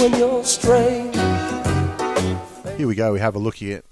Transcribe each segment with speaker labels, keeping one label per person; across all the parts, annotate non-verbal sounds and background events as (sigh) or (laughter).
Speaker 1: when you're strange.
Speaker 2: Here we go. We have a look at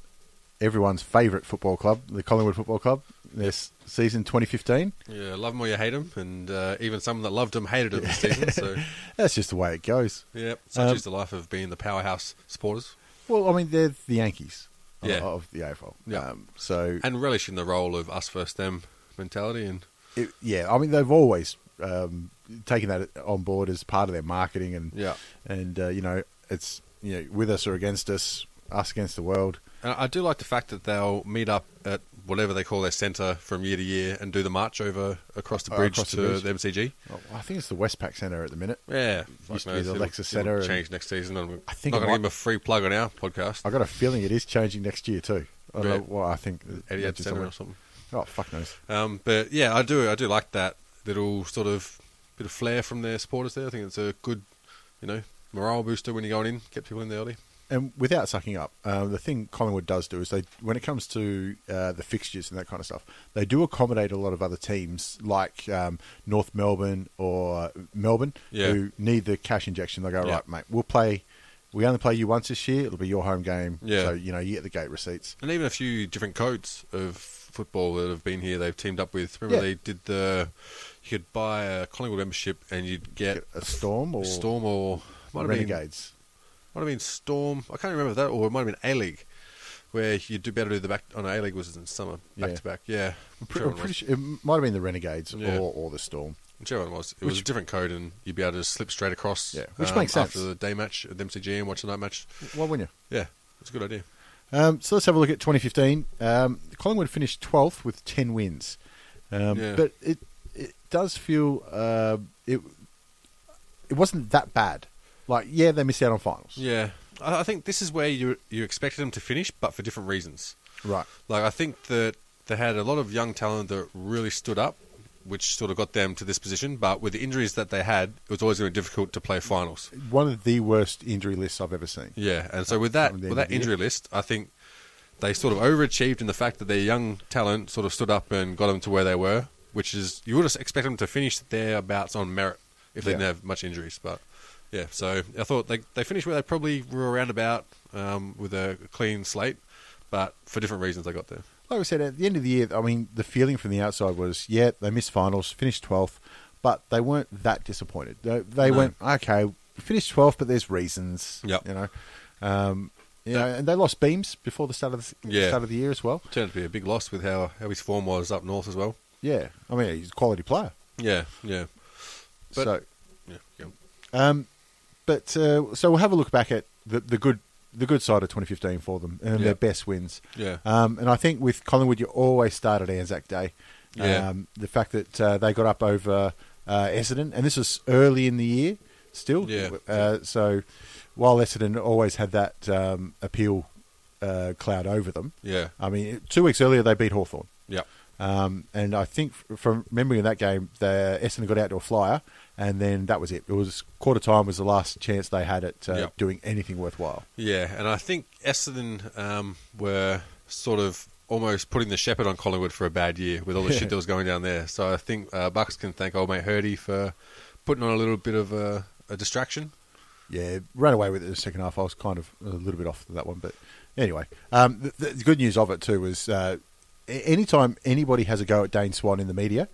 Speaker 2: everyone's favourite football club, the Collingwood Football Club, this season 2015.
Speaker 3: Yeah, love them or you hate them, and uh, even some that loved them hated them this season.
Speaker 2: (laughs)
Speaker 3: So,
Speaker 2: That's just the way it goes.
Speaker 3: yeah, such
Speaker 2: Um,
Speaker 3: is the life of being the powerhouse supporters
Speaker 2: Well, I mean, they're the Yankees of-
Speaker 3: Yeah.
Speaker 2: of the AFL.
Speaker 3: Yeah.
Speaker 2: Um, so,
Speaker 3: and relishing the role of us first them mentality. And
Speaker 2: it, yeah, I mean, they've always um, taken that on board as part of their marketing, and
Speaker 3: Yeah.
Speaker 2: and uh, you know, it's you know, with us or against us, us against the world.
Speaker 3: and I do like the fact that they'll meet up at whatever they call their centre from year to year and do the march over across the
Speaker 2: Oh,
Speaker 3: bridge
Speaker 2: across the
Speaker 3: to the,
Speaker 2: bridge.
Speaker 3: MCG.
Speaker 2: Oh, I think it's the Westpac Centre at the minute.
Speaker 3: Yeah,
Speaker 2: Used to
Speaker 3: fuck
Speaker 2: be the
Speaker 3: it'll-
Speaker 2: Lexus
Speaker 3: it'll
Speaker 2: Centre and-
Speaker 3: Change next season, and we're
Speaker 2: I think
Speaker 3: not
Speaker 2: it
Speaker 3: going to
Speaker 2: might-
Speaker 3: give them a free plug on our podcast.
Speaker 2: I got a feeling it is changing next year too. I don't
Speaker 3: Yeah.
Speaker 2: know what I think.
Speaker 3: Etihad Centre
Speaker 2: Somewhere-
Speaker 3: or something.
Speaker 2: Oh fuck knows.
Speaker 3: Um, but yeah, I do I do like that little sort of bit of flair from their supporters there. I think it's a good, you know, morale booster when you're going in, get people in there early.
Speaker 2: And without sucking up, um, the thing Collingwood does do is they, when it comes to uh, the fixtures and that kind of stuff, they do accommodate a lot of other teams like um, North Melbourne or Melbourne
Speaker 3: Yeah.
Speaker 2: who need the cash injection. They go
Speaker 3: Yeah.
Speaker 2: right, mate. We'll play. We only play you once this year. It'll be your home game.
Speaker 3: Yeah.
Speaker 2: So you know you get the gate receipts.
Speaker 3: And even a few different codes of football that have been here, they've teamed up with. Remember
Speaker 2: Yeah.
Speaker 3: they did the you could buy a Collingwood membership and you'd get,
Speaker 2: A storm or
Speaker 3: Storm or might have been
Speaker 2: renegades.
Speaker 3: might have been Storm. I can't remember that, or it might have been A League. Where you do better do the back on A League was in summer back
Speaker 2: Yeah.
Speaker 3: to back, yeah.
Speaker 2: I'm, pre-
Speaker 3: Whichever
Speaker 2: I'm
Speaker 3: it was.
Speaker 2: pretty sure it might have been the renegades
Speaker 3: Yeah.
Speaker 2: or, or the storm.
Speaker 3: Whichever one it was, it was a different code, and you'd be able to slip straight across. um,
Speaker 2: Yeah, which makes
Speaker 3: after
Speaker 2: sense.
Speaker 3: the day match at the MCG and watch the night match.
Speaker 2: Why wouldn't you?
Speaker 3: Yeah, it's a good idea.
Speaker 2: Um, so let's have a look at 2015. Um, Collingwood finished 12th with 10 wins, um,
Speaker 3: Yeah.
Speaker 2: but it it does feel uh, it it wasn't that bad. Like yeah, they missed out on finals.
Speaker 3: Yeah, I, I think this is where you you expected them to finish, but for different reasons.
Speaker 2: Right.
Speaker 3: Like I think that they had a lot of young talent that really stood up, which sort of got them to this position. But with the injuries that they had, it was always going to be difficult to play finals.
Speaker 2: One of the worst injury lists I've ever seen.
Speaker 3: Yeah, and so with that
Speaker 2: From the end
Speaker 3: with
Speaker 2: of
Speaker 3: that
Speaker 2: the year.
Speaker 3: injury list, I think they sort of overachieved in the fact that their young talent sort of stood up and got them to where they were, which is you would expect them to finish thereabouts on merit if they
Speaker 2: Yeah.
Speaker 3: didn't have much injuries, but. Yeah, so I thought they they finished where they probably were around about um, with a clean slate, but for different reasons they got there.
Speaker 2: Like I said, at the end of the year, I mean, the feeling from the outside was yeah, they missed finals, finished 12th, but they weren't that disappointed. They, they
Speaker 3: No.
Speaker 2: went okay, we finished 12th, but there's reasons.
Speaker 3: Yep.
Speaker 2: You know. Um, you know, and they lost beams before the start of the
Speaker 3: Yeah.
Speaker 2: start of the year as well.
Speaker 3: Turned out to be a big loss with how, how his form was up north as well.
Speaker 2: Yeah, I mean he's a quality player.
Speaker 3: Yeah, yeah, But-
Speaker 2: so,
Speaker 3: yeah. yeah.
Speaker 2: um, but uh, so we'll have a look back at the, the good the good side of 2015 for them and
Speaker 3: Yeah.
Speaker 2: their best wins.
Speaker 3: Yeah.
Speaker 2: Um, and I think with Collingwood, you always start at Anzac Day.
Speaker 3: Yeah.
Speaker 2: Um, the fact that uh, they got up over uh, Essendon, and this was early in the year still.
Speaker 3: Yeah.
Speaker 2: Uh, so while Essendon always had that um, appeal uh, cloud over them,
Speaker 3: Yeah.
Speaker 2: I mean, two weeks earlier they beat Hawthorn.
Speaker 3: Yeah.
Speaker 2: Um, and I think f- from remembering that game, the Essendon got out to a flyer, and then that was it. It was quarter time was the last chance they had at uh,
Speaker 3: Yep.
Speaker 2: doing anything worthwhile.
Speaker 3: Yeah, and I think Essendon um, were sort of almost putting the shepherd on Collingwood for a bad year with all
Speaker 2: (laughs)
Speaker 3: the shit that was going down there. So I think uh, Bucks can thank old mate Hurdy for putting on a little bit of a, a distraction.
Speaker 2: Yeah, ran away with it in the second half. I was kind of a little bit off that one, but anyway, um, the, the- the good news of it too was uh, a- anytime anybody has a go at Dane Swan in the media,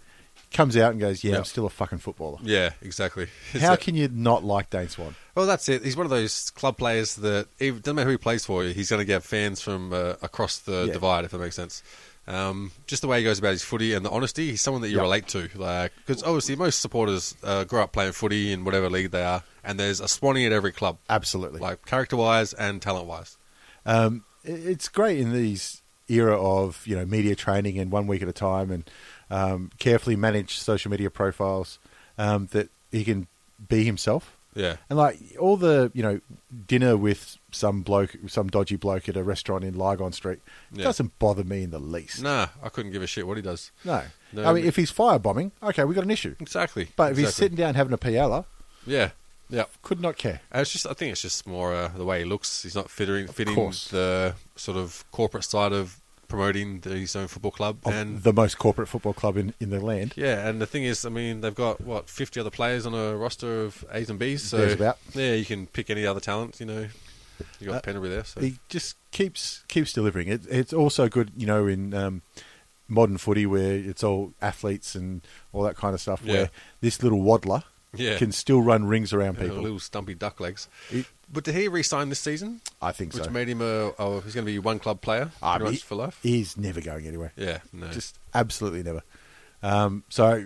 Speaker 2: comes out and goes, "Yeah,
Speaker 3: Yeah.
Speaker 2: I'm still a fucking footballer."
Speaker 3: Yeah, exactly. (laughs) It's
Speaker 2: How
Speaker 3: a-
Speaker 2: can you not like Dane Swan?
Speaker 3: Well, that's it. He's one of those club players that it doesn't matter who he plays for. He's going to get fans from uh, across the
Speaker 2: Yeah.
Speaker 3: divide, if that makes sense. Um, just the way he goes about his footy and the honesty. He's someone that you
Speaker 2: Yep.
Speaker 3: relate to, like because obviously most supporters uh, grow up playing footy in whatever league they are, and there's a Swanee at every club,
Speaker 2: Absolutely.
Speaker 3: like character-wise and talent-wise.
Speaker 2: Um, it- it's great in these era of you know media training and one week at a time and um, carefully managed social media profiles um, that he can be himself.
Speaker 3: Yeah,
Speaker 2: And like all the you know dinner with some bloke, some dodgy bloke at a restaurant in Lygon Street
Speaker 3: Yeah.
Speaker 2: doesn't bother me in the least.
Speaker 3: nah, I couldn't give a shit what he does.
Speaker 2: No.
Speaker 3: No,
Speaker 2: I mean,
Speaker 3: but-
Speaker 2: if he's firebombing, okay, we got an issue.
Speaker 3: Exactly.
Speaker 2: But if he's
Speaker 3: exactly.
Speaker 2: sitting down having a piala,
Speaker 3: yeah, yeah.
Speaker 2: could not care.
Speaker 3: And It's just, I think it's just more uh, the way he looks. He's not fitting fitting
Speaker 2: course.
Speaker 3: the sort of corporate side of promoting the, his own football club.
Speaker 2: Of
Speaker 3: and
Speaker 2: the most corporate football club in, in the land.
Speaker 3: yeah, and the thing is, I mean, they've got what fifty other players on a roster of A's and B's. So
Speaker 2: There's about.
Speaker 3: yeah, you can pick any other talent. You know, you got
Speaker 2: Uh,
Speaker 3: Penderby there. So
Speaker 2: He just keeps keeps delivering. It, it's also good, you know, in um, modern footy where it's all athletes and all that kind of stuff.
Speaker 3: Yeah.
Speaker 2: Where this little waddler
Speaker 3: Yeah.
Speaker 2: can still run rings around
Speaker 3: You know,
Speaker 2: people.
Speaker 3: little stumpy duck legs.
Speaker 2: He-
Speaker 3: But did he re-sign this season?
Speaker 2: I think
Speaker 3: Which
Speaker 2: so.
Speaker 3: made him a oh, he's going to be one club player
Speaker 2: Ah,
Speaker 3: pretty
Speaker 2: he-
Speaker 3: much for life.
Speaker 2: He's never going anywhere.
Speaker 3: yeah, no.
Speaker 2: Just absolutely never. Um, so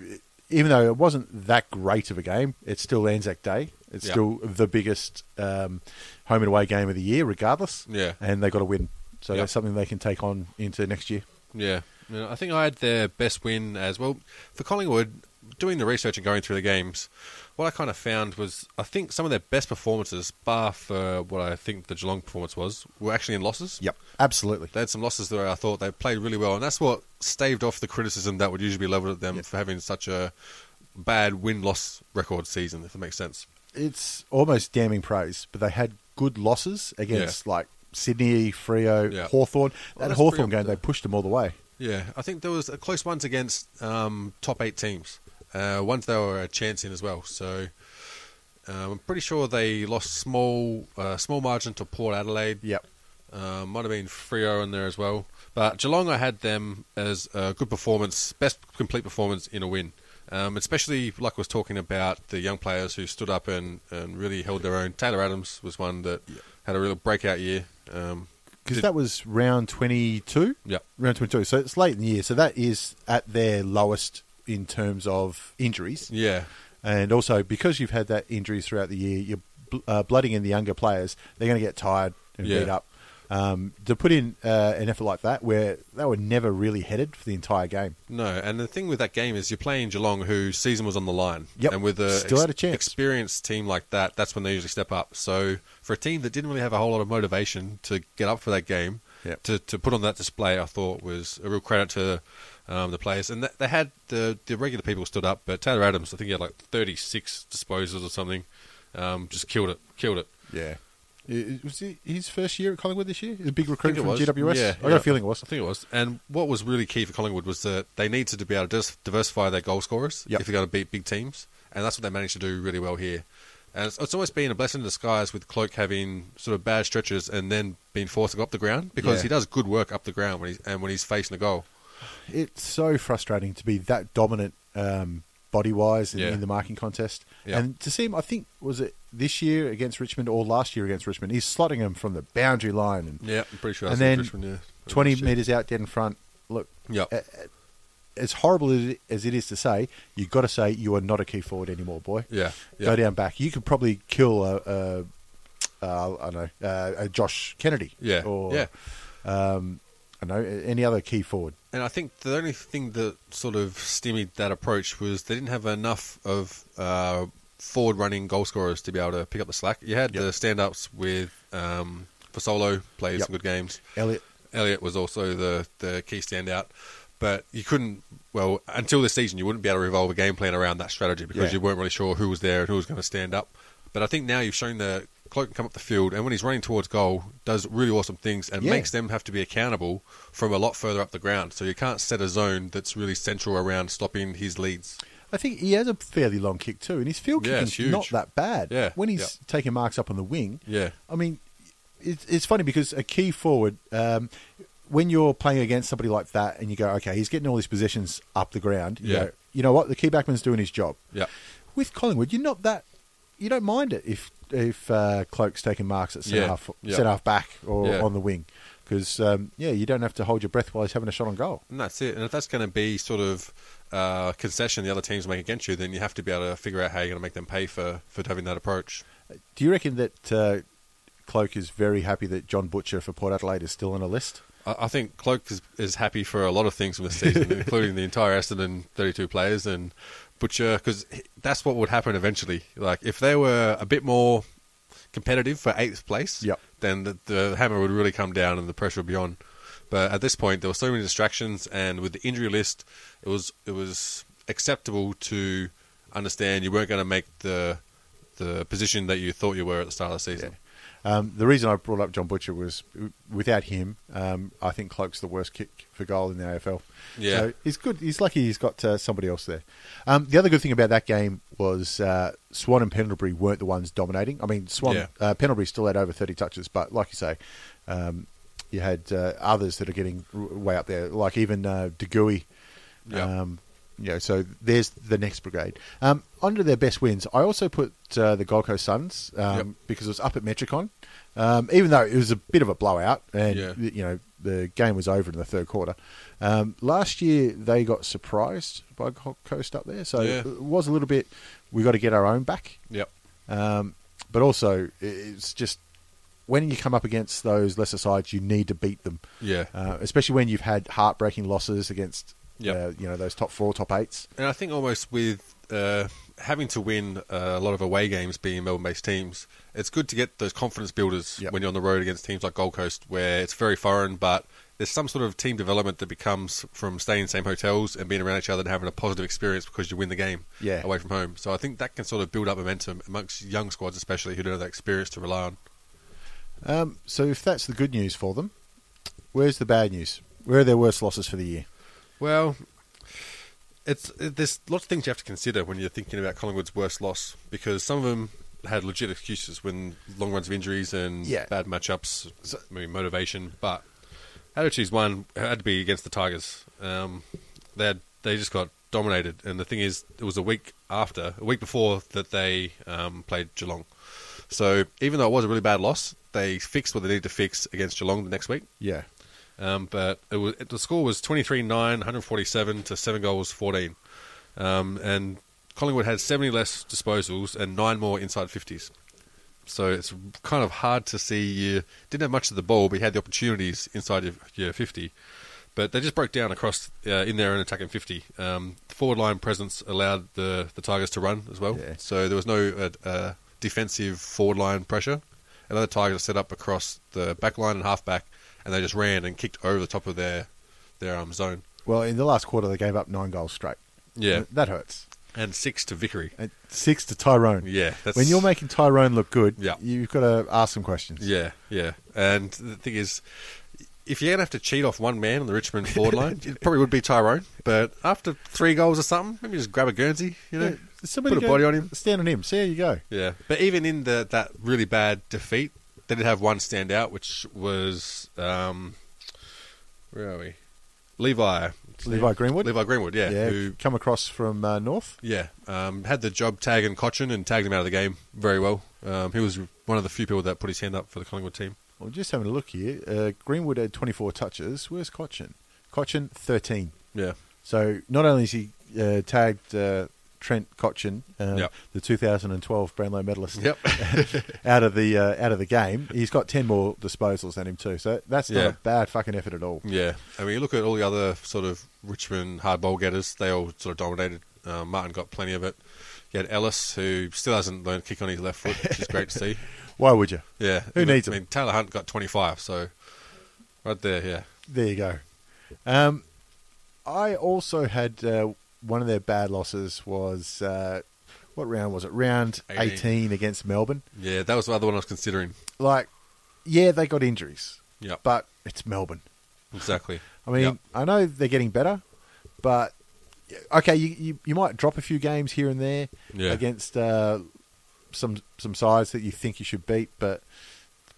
Speaker 2: even though it wasn't that great of a game, it's still Anzac Day. It's
Speaker 3: Yeah.
Speaker 2: still the biggest um, home and away game of the year, regardless.
Speaker 3: Yeah.
Speaker 2: and they got to win. So
Speaker 3: Yeah.
Speaker 2: that's something they can take on into next year.
Speaker 3: Yeah, I, mean, I think I had their best win as well for Collingwood. Doing the research and going through the games, what I kind of found was I think some of their best performances, bar for what I think the Geelong performance was, were actually in losses.
Speaker 2: absolutely.
Speaker 3: They had some losses that I thought they played really well, and that's what staved off the criticism that would usually be leveled at them for having such a bad win loss record season, if that makes sense.
Speaker 2: It's almost damning praise, but they had good losses against like Sydney, Frio,
Speaker 3: Yeah.
Speaker 2: Hawthorn.
Speaker 3: Well,
Speaker 2: That
Speaker 3: that's
Speaker 2: Hawthorn
Speaker 3: pretty
Speaker 2: game,
Speaker 3: up there.
Speaker 2: they pushed them all the way.
Speaker 3: Yeah, I think there was a close ones against um, top eight teams. Uh, ones they were a chance in as well. So um, I'm pretty sure they lost small uh, small margin to Port Adelaide.
Speaker 2: Yep.
Speaker 3: Uh, might have been Frio in there as well. But Geelong, I had them as a good performance, best complete performance in a win. Um, especially like I was talking about the young players who stood up and, and really held their own. Taylor Adams was one that had a real breakout year. Um,
Speaker 2: Because
Speaker 3: Did-
Speaker 2: that was round 22.
Speaker 3: yeah,
Speaker 2: round 22. So it's late in the year. So that is at their lowest in terms of injuries.
Speaker 3: yeah,
Speaker 2: And also, because you've had that injuries throughout the year, you're bl- uh, blooding in the younger players. They're going to get tired and
Speaker 3: Yeah.
Speaker 2: beat up. Um, to put in uh, an effort like that, where they were never really headed for the entire game.
Speaker 3: No, and the thing with that game is you're playing Geelong, whose season was on the line.
Speaker 2: Yep,
Speaker 3: And with a
Speaker 2: still had a chance.
Speaker 3: experienced team like that, that's when they usually step up. So for a team that didn't really have a whole lot of motivation to get up for that game,
Speaker 2: Yep.
Speaker 3: to, to put on that display, I thought was a real credit to um, the players. And th- they had the, the regular people stood up, but Taylor Adams, I think he had like 36 disposals or something, um, just killed it, killed it.
Speaker 2: Yeah. Was it his first year at Collingwood this year? A big recruit
Speaker 3: think it
Speaker 2: from
Speaker 3: was.
Speaker 2: GWS?
Speaker 3: Yeah,
Speaker 2: I got
Speaker 3: yeah.
Speaker 2: a feeling it was.
Speaker 3: I think it was. And what was really key for Collingwood was that they needed to be able to dis- diversify their goal scorers
Speaker 2: Yep.
Speaker 3: if they're going to beat big teams, and that's what they managed to do really well here. And it's, it's almost been a blessing in disguise with Cloak having sort of bad stretches and then being forced to go up the ground because
Speaker 2: Yeah.
Speaker 3: he does good work up the ground when he's, and when he's facing the goal.
Speaker 2: it's so frustrating to be that dominant um, body wise in,
Speaker 3: Yeah.
Speaker 2: in the marking contest.
Speaker 3: Yeah.
Speaker 2: And to see him, I think, was it this year against Richmond or last year against Richmond? He's slotting him from the boundary line. And,
Speaker 3: Yeah, I'm pretty sure.
Speaker 2: and
Speaker 3: that's
Speaker 2: then
Speaker 3: the Richmond, yeah.
Speaker 2: 20
Speaker 3: Shit.
Speaker 2: metres out dead in front. Look,
Speaker 3: Yep.
Speaker 2: a- a- as horrible as it- as it is to say, you've got to say you are not a key forward anymore, boy.
Speaker 3: Yeah, yeah.
Speaker 2: Go down back. You could probably kill a, a, a I don't know, a, a Josh Kennedy.
Speaker 3: Yeah,
Speaker 2: Or,
Speaker 3: yeah.
Speaker 2: Um, I don't know, any other key forward.
Speaker 3: And I think the only thing that sort of stymied that approach was they didn't have enough of uh, forward running goal scorers to be able to pick up the slack. You had the stand ups with um, Fasolo played
Speaker 2: Yep.
Speaker 3: some good games.
Speaker 2: Elliot.
Speaker 3: Elliot was also the, the key standout. But you couldn't, well, until this season, you wouldn't be able to revolve a game plan around that strategy because
Speaker 2: Yeah.
Speaker 3: you weren't really sure who was there and who was going to stand up. But I think now you've shown that Cloak can come up the field and when he's running towards goal, does really awesome things and
Speaker 2: Yeah.
Speaker 3: makes them have to be accountable from a lot further up the ground. So you can't set a zone that's really central around stopping his leads.
Speaker 2: I think he has a fairly long kick too, and his field
Speaker 3: Yeah,
Speaker 2: kicking's
Speaker 3: it's huge.
Speaker 2: not that bad.
Speaker 3: Yeah,
Speaker 2: when he's
Speaker 3: yeah.
Speaker 2: taking marks up on the wing.
Speaker 3: Yeah.
Speaker 2: I mean, it's, it's funny because a key forward, um, when you're playing against somebody like that, and you go, okay, he's getting all these positions up the ground. You
Speaker 3: Yeah.
Speaker 2: go, you know what? The key backman's doing his job.
Speaker 3: Yeah.
Speaker 2: With Collingwood, you're not that. You don't mind it if if uh, Cloak's taking marks at centre
Speaker 3: Yeah,
Speaker 2: half,
Speaker 3: yeah.
Speaker 2: centre half back or
Speaker 3: Yeah.
Speaker 2: on the wing, because um, yeah, you don't have to hold your breath while he's having a shot on goal.
Speaker 3: And that's it. And if that's going to be sort of uh, concession the other teams make against you, then you have to be able to figure out how you're going to make them pay for, for having that approach.
Speaker 2: Do you reckon that uh, Cloak is very happy that John Butcher for Port Adelaide is still on a list?
Speaker 3: I, I think Cloak is, is happy for a lot of things from this season, including the entire Essendon 32 players and Butcher, because that's what would happen eventually. Like, if they were a bit more competitive for eighth place,
Speaker 2: Yep.
Speaker 3: then the, the hammer would really come down and the pressure would be on. But at this point, there were so many distractions, and with the injury list, it was it was acceptable to understand you weren't going to make the the position that you thought you were at the start of the season.
Speaker 2: Um, the reason I brought up John Butcher was w- without him, um, I think Cloak's the worst kick for goal in the AFL.
Speaker 3: Yeah.
Speaker 2: So he's good. He's lucky he's got uh, somebody else there. Um, the other good thing about that game was uh, Swan and Pendlebury weren't the ones dominating. I mean, Swan,
Speaker 3: Yeah.
Speaker 2: uh, Pendlebury still had over 30 touches, but like you say, um, you had uh, others that are getting r- way up there, like even uh, DeGuy.
Speaker 3: Yeah.
Speaker 2: Um, you know, so there's the next brigade. Um, onto their best wins. I also put uh, the Gold Coast Suns um,
Speaker 3: Yep.
Speaker 2: because it was up at Metricon. Um, even though it was a bit of a blowout, and
Speaker 3: Yeah.
Speaker 2: you know the game was over in the third quarter. Um, last year they got surprised by Gold Coast up there, so
Speaker 3: Yeah.
Speaker 2: it was a little bit. We got to get our own back,
Speaker 3: Yep.
Speaker 2: um, but also i- it's just when you come up against those lesser sides, you need to beat them.
Speaker 3: Yeah.
Speaker 2: Uh, especially when you've had heartbreaking losses against,
Speaker 3: Yep.
Speaker 2: uh, you know, those top four, top eights.
Speaker 3: And I think almost with uh, having to win uh, a lot of away games being Melbourne based teams, it's good to get those confidence builders
Speaker 2: Yep.
Speaker 3: when you're on the road against teams like Gold Coast, where it's very foreign, but there's some sort of team development that becomes from staying in the same hotels and being around each other and having a positive experience because you win the game
Speaker 2: Yeah.
Speaker 3: away from home. So I think that can sort of build up momentum amongst young squads, especially who don't have that experience to rely on.
Speaker 2: Um, so if that's the good news for them, where's the bad news? Where are their worst losses for the year?
Speaker 3: Well, it's it, there's lots of things you have to consider when you're thinking about Collingwood's worst loss because some of them had legit excuses when long runs of injuries and
Speaker 2: Yeah.
Speaker 3: bad matchups, maybe motivation. But had to choose one, it had to be against the Tigers. Um, they had, they just got dominated, and the thing is, it was a week after, a week before that they um, played Geelong. So even though it was a really bad loss, they fixed what they needed to fix against Geelong the next week.
Speaker 2: Yeah.
Speaker 3: Um, but it was, it, the score was 23 9, 147 to 7 goals 14. Um, and Collingwood had 70 less disposals and 9 more inside 50s. So it's kind of hard to see. You didn't have much of the ball, but you had the opportunities inside your, your 50. But they just broke down across uh, in their own attacking 50. Um, forward line presence allowed the, the Tigers to run as well.
Speaker 2: Yeah.
Speaker 3: So there was no uh, uh, defensive forward line pressure. And then the Tigers set up across the back line and half back, and they just ran and kicked over the top of their their um, zone.
Speaker 2: Well, in the last quarter, they gave up nine goals straight.
Speaker 3: Yeah.
Speaker 2: That hurts.
Speaker 3: And six to Vickery.
Speaker 2: And six to Tyrone.
Speaker 3: Yeah, that's-
Speaker 2: When you're making Tyrone look good,
Speaker 3: Yeah.
Speaker 2: you've got to ask some questions.
Speaker 3: Yeah, yeah. And the thing is, if you're going to have to cheat off one man on
Speaker 2: (laughs)
Speaker 3: the Richmond forward line, it probably would be Tyrone. But after three goals or something, maybe just grab a Guernsey, you know,
Speaker 2: Yeah, somebody
Speaker 3: put a
Speaker 2: go-
Speaker 3: body on him.
Speaker 2: Stand on him. See how you go.
Speaker 3: Yeah. But even in the, that really bad defeat, they did have one standout, which was, um, where are we? Levi.
Speaker 2: Levi Greenwood.
Speaker 3: Levi Greenwood, yeah. Who
Speaker 2: come across from uh, North.
Speaker 3: Yeah, um, had the job tagging Cochin and tagged him out of the game very well. Um, he was one of the few people that put his hand up for the Collingwood team.
Speaker 2: Well, just having a look here. Uh, Greenwood had 24 touches. Where's Cochin? Cochin, 13.
Speaker 3: Yeah,
Speaker 2: So not only is he uh, tagged uh, Trent Cochin, uh,
Speaker 3: Yep.
Speaker 2: the 2012 Brownlow medalist,
Speaker 3: Yep.
Speaker 2: (laughs) out of the uh, out of the game, he's got 10 more disposals than him too. So that's not
Speaker 3: Yeah.
Speaker 2: a bad fucking effort at all.
Speaker 3: yeah. I mean, you look at all the other sort of Richmond hard ball getters; they all sort of dominated. Uh, Martin got plenty of it. You had Ellis, who still hasn't learned to kick on his left foot, which is great to see.
Speaker 2: Why would you?
Speaker 3: Yeah,
Speaker 2: (laughs) Who needs
Speaker 3: I
Speaker 2: 'em?
Speaker 3: mean, Taylor Hunt got twenty-five, so right there, yeah.
Speaker 2: There you go. Um, I also had uh, one of their bad losses was uh, what round was it? Round
Speaker 3: 18.
Speaker 2: 18 against Melbourne.
Speaker 3: Yeah, that was the other one I was considering.
Speaker 2: Like, yeah, they got injuries,
Speaker 3: Yep,
Speaker 2: but it's Melbourne.
Speaker 3: exactly.
Speaker 2: I mean,
Speaker 3: Yep.
Speaker 2: I know they're getting better, but okay, you, you you might drop a few games here and there
Speaker 3: Yeah.
Speaker 2: against uh, some some sides that you think you should beat, but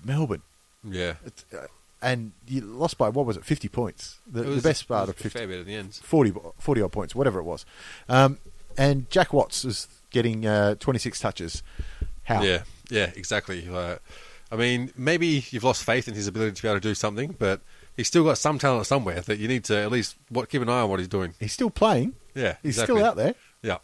Speaker 2: Melbourne,
Speaker 3: yeah,
Speaker 2: it's, uh, and you lost by what was it, fifty points? The,
Speaker 3: It was-
Speaker 2: the best
Speaker 3: it was
Speaker 2: part of
Speaker 3: a
Speaker 2: fifty,
Speaker 3: fair bit at the end.
Speaker 2: 40, 40 odd points, whatever it was. Um, and Jack Watts is getting uh, twenty six touches. How?
Speaker 3: Yeah, yeah, exactly. Like, I mean, maybe you've lost faith in his ability to be able to do something, but he's still got some talent somewhere that you need to at least what keep an eye on what he's doing.
Speaker 2: he's still playing.
Speaker 3: Yeah,
Speaker 2: he's
Speaker 3: exactly.
Speaker 2: still out there.
Speaker 3: Yeah,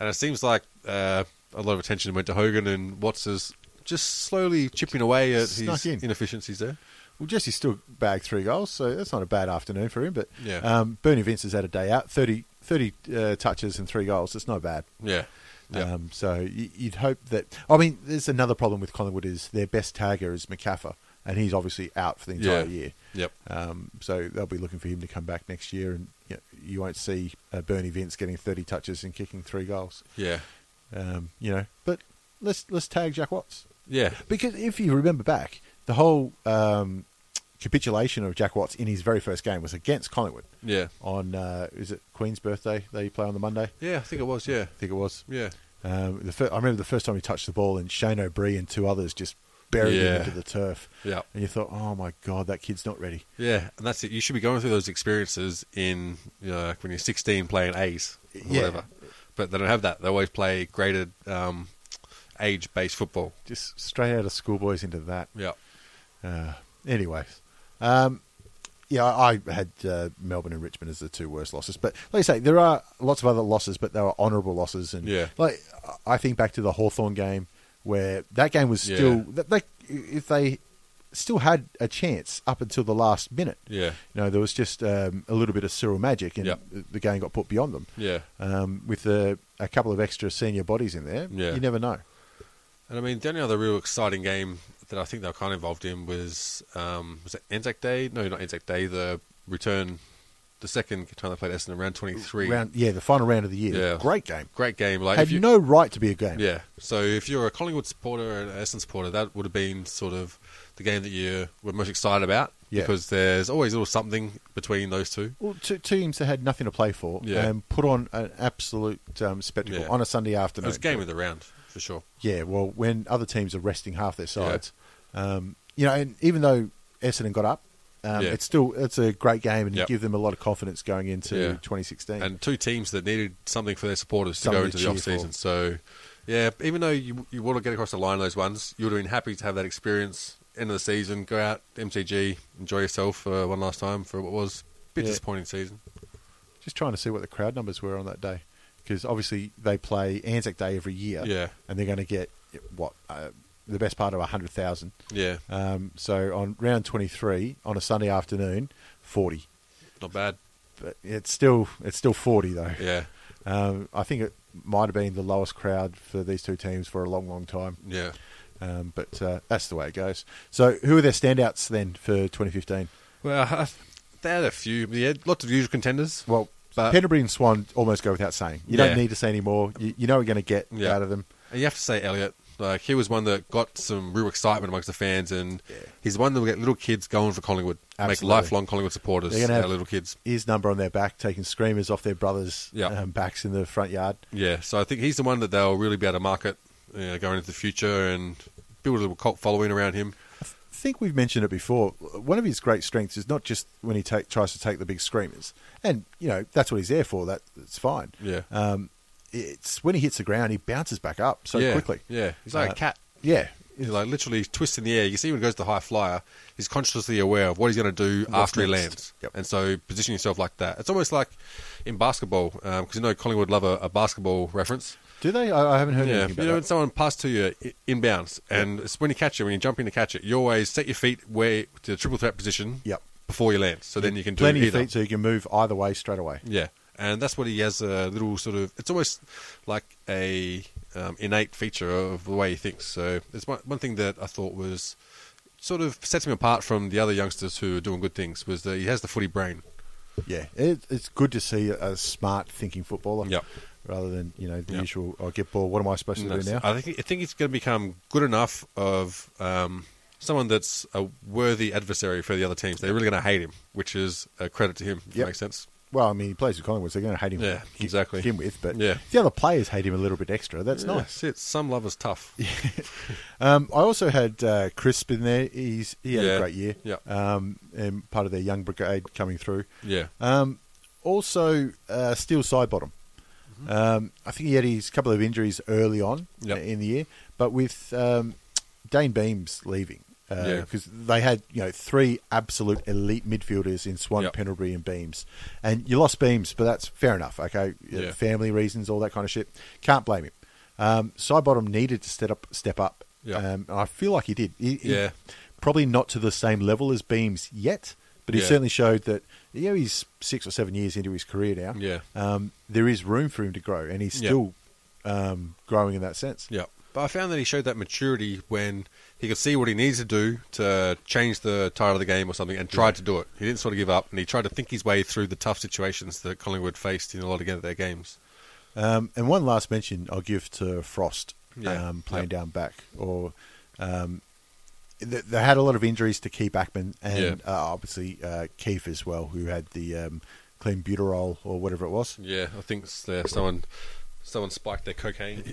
Speaker 3: and it seems like uh, a lot of attention went to Hogan and Watts is just slowly chipping away at
Speaker 2: Snuck
Speaker 3: his
Speaker 2: in.
Speaker 3: inefficiencies there.
Speaker 2: Well, Jesse still bagged three goals, so that's not a bad afternoon for him. But
Speaker 3: Yeah.
Speaker 2: um, Bernie Vince has had a day out, 30, 30 uh, touches and three goals. It's not bad.
Speaker 3: Yeah, yeah,
Speaker 2: Um, so y- you'd hope that. I mean, there's another problem with Collingwood is their best tagger is McCaffer, and he's obviously out for the
Speaker 3: yeah.
Speaker 2: entire year.
Speaker 3: Yep.
Speaker 2: Um, so they'll be looking for him to come back next year, and you, know, you won't see uh, Bernie Vince getting 30 touches and kicking three goals.
Speaker 3: Yeah.
Speaker 2: Um, you know, but let's let's tag Jack Watts.
Speaker 3: Yeah.
Speaker 2: Because if you remember back, the whole um, capitulation of Jack Watts in his very first game was against Collingwood
Speaker 3: Yeah.
Speaker 2: on uh, is it Queen's birthday? They play on the Monday, I
Speaker 3: Yeah, I think it was. Yeah.
Speaker 2: think it was.
Speaker 3: Yeah.
Speaker 2: Um, the fir- I remember the first time he touched the ball, and Shane O'Brien and two others just buried
Speaker 3: Yeah.
Speaker 2: him into the turf.
Speaker 3: Yeah.
Speaker 2: and you thought, oh my god, that kid's not ready.
Speaker 3: Yeah, and that's it. You should be going through those experiences in you know, like when you're 16 playing A's, or
Speaker 2: Yeah.
Speaker 3: whatever. But they don't have that. They always play graded um, age-based football.
Speaker 2: Just straight out of schoolboys into that.
Speaker 3: Yeah,
Speaker 2: Uh, anyways, um, yeah, I I had uh, Melbourne and Richmond as the two worst losses. But like you say, there are lots of other losses, but they were honourable losses. And
Speaker 3: Yeah.
Speaker 2: like I think back to the Hawthorn game where that game was
Speaker 3: Yeah.
Speaker 2: still that they, if they still had a chance up until the last minute.
Speaker 3: yeah,
Speaker 2: You know, there was just um, a little bit of Cyril magic, and
Speaker 3: Yeah.
Speaker 2: the game got put beyond them.
Speaker 3: yeah.
Speaker 2: Um, with a, a couple of extra senior bodies in there,
Speaker 3: Yeah.
Speaker 2: you never know.
Speaker 3: And I mean, the only other real exciting game that I think they were kind of involved in was um, was it Anzac Day? No, not Anzac Day. The return, the second time they played Essendon, round 23.
Speaker 2: Round, yeah, the final round of the year,
Speaker 3: Yeah.
Speaker 2: great game.
Speaker 3: Great game. Like
Speaker 2: Had
Speaker 3: if you,
Speaker 2: no right to be a game.
Speaker 3: Yeah. So if you're a Collingwood supporter and an Essendon supporter, that would have been sort of the game that you were most excited about
Speaker 2: Yeah.
Speaker 3: because there's always a little something between those two.
Speaker 2: Well, two teams that had nothing to play for
Speaker 3: Yeah.
Speaker 2: and put on an absolute um, spectacle
Speaker 3: Yeah.
Speaker 2: on a Sunday
Speaker 3: It
Speaker 2: afternoon.
Speaker 3: was game of the round for sure.
Speaker 2: Yeah, well, when other teams are resting half their sides, um, you know, and even though Essendon got up, um,
Speaker 3: Yeah.
Speaker 2: it's still it's a great game and you
Speaker 3: Yep.
Speaker 2: give them a lot of confidence going into
Speaker 3: Yeah.
Speaker 2: 2016.
Speaker 3: And two teams that needed something for their supporters
Speaker 2: Something
Speaker 3: to go
Speaker 2: to
Speaker 3: into the
Speaker 2: cheer
Speaker 3: off season. So yeah, even though you you want to get across the line those ones, you would have been happy to have that experience. End of the season, go out MCG, enjoy yourself uh, one last time for what was a bit
Speaker 2: Yeah.
Speaker 3: disappointing season.
Speaker 2: Just trying to see what the crowd numbers were on that day because obviously they play Anzac Day every year,
Speaker 3: Yeah.
Speaker 2: and they're going to get what uh, the best part of hundred thousand.
Speaker 3: Yeah,
Speaker 2: Um, so on round 23 on a Sunday afternoon, 40.
Speaker 3: not bad.
Speaker 2: but it's still it's still 40 though.
Speaker 3: Yeah,
Speaker 2: Um, I think it might have been the lowest crowd for these two teams for a long, long time.
Speaker 3: yeah.
Speaker 2: Um, but uh, that's the way it goes. So who are their standouts then for 2015?
Speaker 3: Well, I- they had a few. Yeah, lots of usual contenders.
Speaker 2: Well,
Speaker 3: But-
Speaker 2: Canterbury and Swan almost go without saying. You
Speaker 3: uh, Yeah.
Speaker 2: don't need to say any more. You, you know what you're going to get
Speaker 3: Yeah.
Speaker 2: out of them.
Speaker 3: And you have to say Elliot. Like he was one that got some real excitement amongst the fans, and he's one that will get little kids going for Collingwood,
Speaker 2: Absolutely.
Speaker 3: make lifelong Collingwood supporters.
Speaker 2: They're gonna
Speaker 3: our
Speaker 2: have-
Speaker 3: little kids.
Speaker 2: His number on their back, taking screamers off their brothers'
Speaker 3: Yeah.
Speaker 2: um, backs in the front yard.
Speaker 3: Yeah, so I think he's the one that they'll really be able to market you know, going into the future and build a little cult following around him.
Speaker 2: I think we've mentioned it before. One of his great strengths is not just when he take, tries to take the big screamers, and you know that's what he's there for. That that's fine.
Speaker 3: Yeah.
Speaker 2: Um, it's when he hits the ground, he bounces back up so
Speaker 3: yeah,
Speaker 2: quickly.
Speaker 3: Yeah, he's like
Speaker 2: Uh,
Speaker 3: a cat.
Speaker 2: Yeah.
Speaker 3: He's like literally twisting the air. You see when he goes to high flyer, he's consciously aware of what he's going to do
Speaker 2: What's
Speaker 3: after
Speaker 2: next.
Speaker 3: he lands.
Speaker 2: Yep.
Speaker 3: And so position yourself like that. It's almost like in basketball, because you know Collingwood love a, a basketball reference.
Speaker 2: Do they? I, I haven't heard
Speaker 3: Yeah,
Speaker 2: anything
Speaker 3: you
Speaker 2: about
Speaker 3: know when
Speaker 2: that.
Speaker 3: someone passes to you i- inbounds, and it's when you catch it, when you jump in to catch it, you always set your feet where to the triple threat position.
Speaker 2: Yep.
Speaker 3: Before you land, so then you can do
Speaker 2: Plenty of
Speaker 3: either.
Speaker 2: feet, so you can move either way straight away.
Speaker 3: Yeah, and that's what he has a little sort of. It's almost like a um, innate feature of the way he thinks. So it's one, one thing that I thought was sort of sets him apart from the other youngsters who are doing good things was that he has the footy brain.
Speaker 2: Yeah, it, it's good to see a, a smart thinking footballer.
Speaker 3: Yep.
Speaker 2: Rather than you know the
Speaker 3: Yep.
Speaker 2: usual, I get ball. What am I supposed to do now?
Speaker 3: I think I think he's going to become good enough of um, someone that's a worthy adversary for the other teams. They're really going to hate him, which is a credit to him.
Speaker 2: Yep.
Speaker 3: If That makes sense.
Speaker 2: Well, I mean, he plays with Collingwood, so they're going to hate him.
Speaker 3: Yeah,
Speaker 2: to ki-
Speaker 3: exactly.
Speaker 2: Begin with, but
Speaker 3: Yeah.
Speaker 2: if the other players hate him a little bit extra. That's
Speaker 3: Yeah,
Speaker 2: nice.
Speaker 3: that's it. Some love is
Speaker 2: (laughs)
Speaker 3: tough.
Speaker 2: Um, I also had uh, Crisp in there. He's he had
Speaker 3: Yeah.
Speaker 2: a great year.
Speaker 3: Yeah.
Speaker 2: Um, and part of their young brigade coming through.
Speaker 3: Yeah.
Speaker 2: Um, also, uh, Steel Sidebottom. Um, I think he had his couple of injuries early on
Speaker 3: Mm-hmm.
Speaker 2: uh,
Speaker 3: Yep.
Speaker 2: in the year, but with um, Dane Beams leaving,
Speaker 3: Yeah.
Speaker 2: because they had you know three absolute elite midfielders in Swan,
Speaker 3: Yep.
Speaker 2: Pendlebury, and Beams, and you lost Beams, but that's fair enough. Okay, Uh,
Speaker 3: Yeah.
Speaker 2: family reasons, all that kind of shit. Can't blame him. Um, Sidebottom needed to step up. Step up.
Speaker 3: Yeah.
Speaker 2: Um, and I feel like he did. He- he-
Speaker 3: Yeah.
Speaker 2: Probably not to the same level as Beams yet, but he
Speaker 3: Yeah.
Speaker 2: certainly showed that. You know, he's six or seven years into his career now.
Speaker 3: Yeah.
Speaker 2: Um, there is room for him to grow, and he's
Speaker 3: Yeah.
Speaker 2: still um, growing in that sense.
Speaker 3: Yeah. But I found that he showed that maturity when he could see what he needs to do to change the title of the game or something and tried to do it. He didn't sort of give up and he tried to think his way through the tough situations that Collingwood faced in a lot of their games.
Speaker 2: Um, and one last mention I'll give to Frost
Speaker 3: Yeah.
Speaker 2: um, playing
Speaker 3: Yep.
Speaker 2: down back, or um, they, they had a lot of injuries to Keith Ackman and
Speaker 3: Yeah.
Speaker 2: uh, obviously uh, Keith as well, who had the um, clean butyrol or whatever it was.
Speaker 3: Yeah, I think s- uh, someone someone spiked their cocaine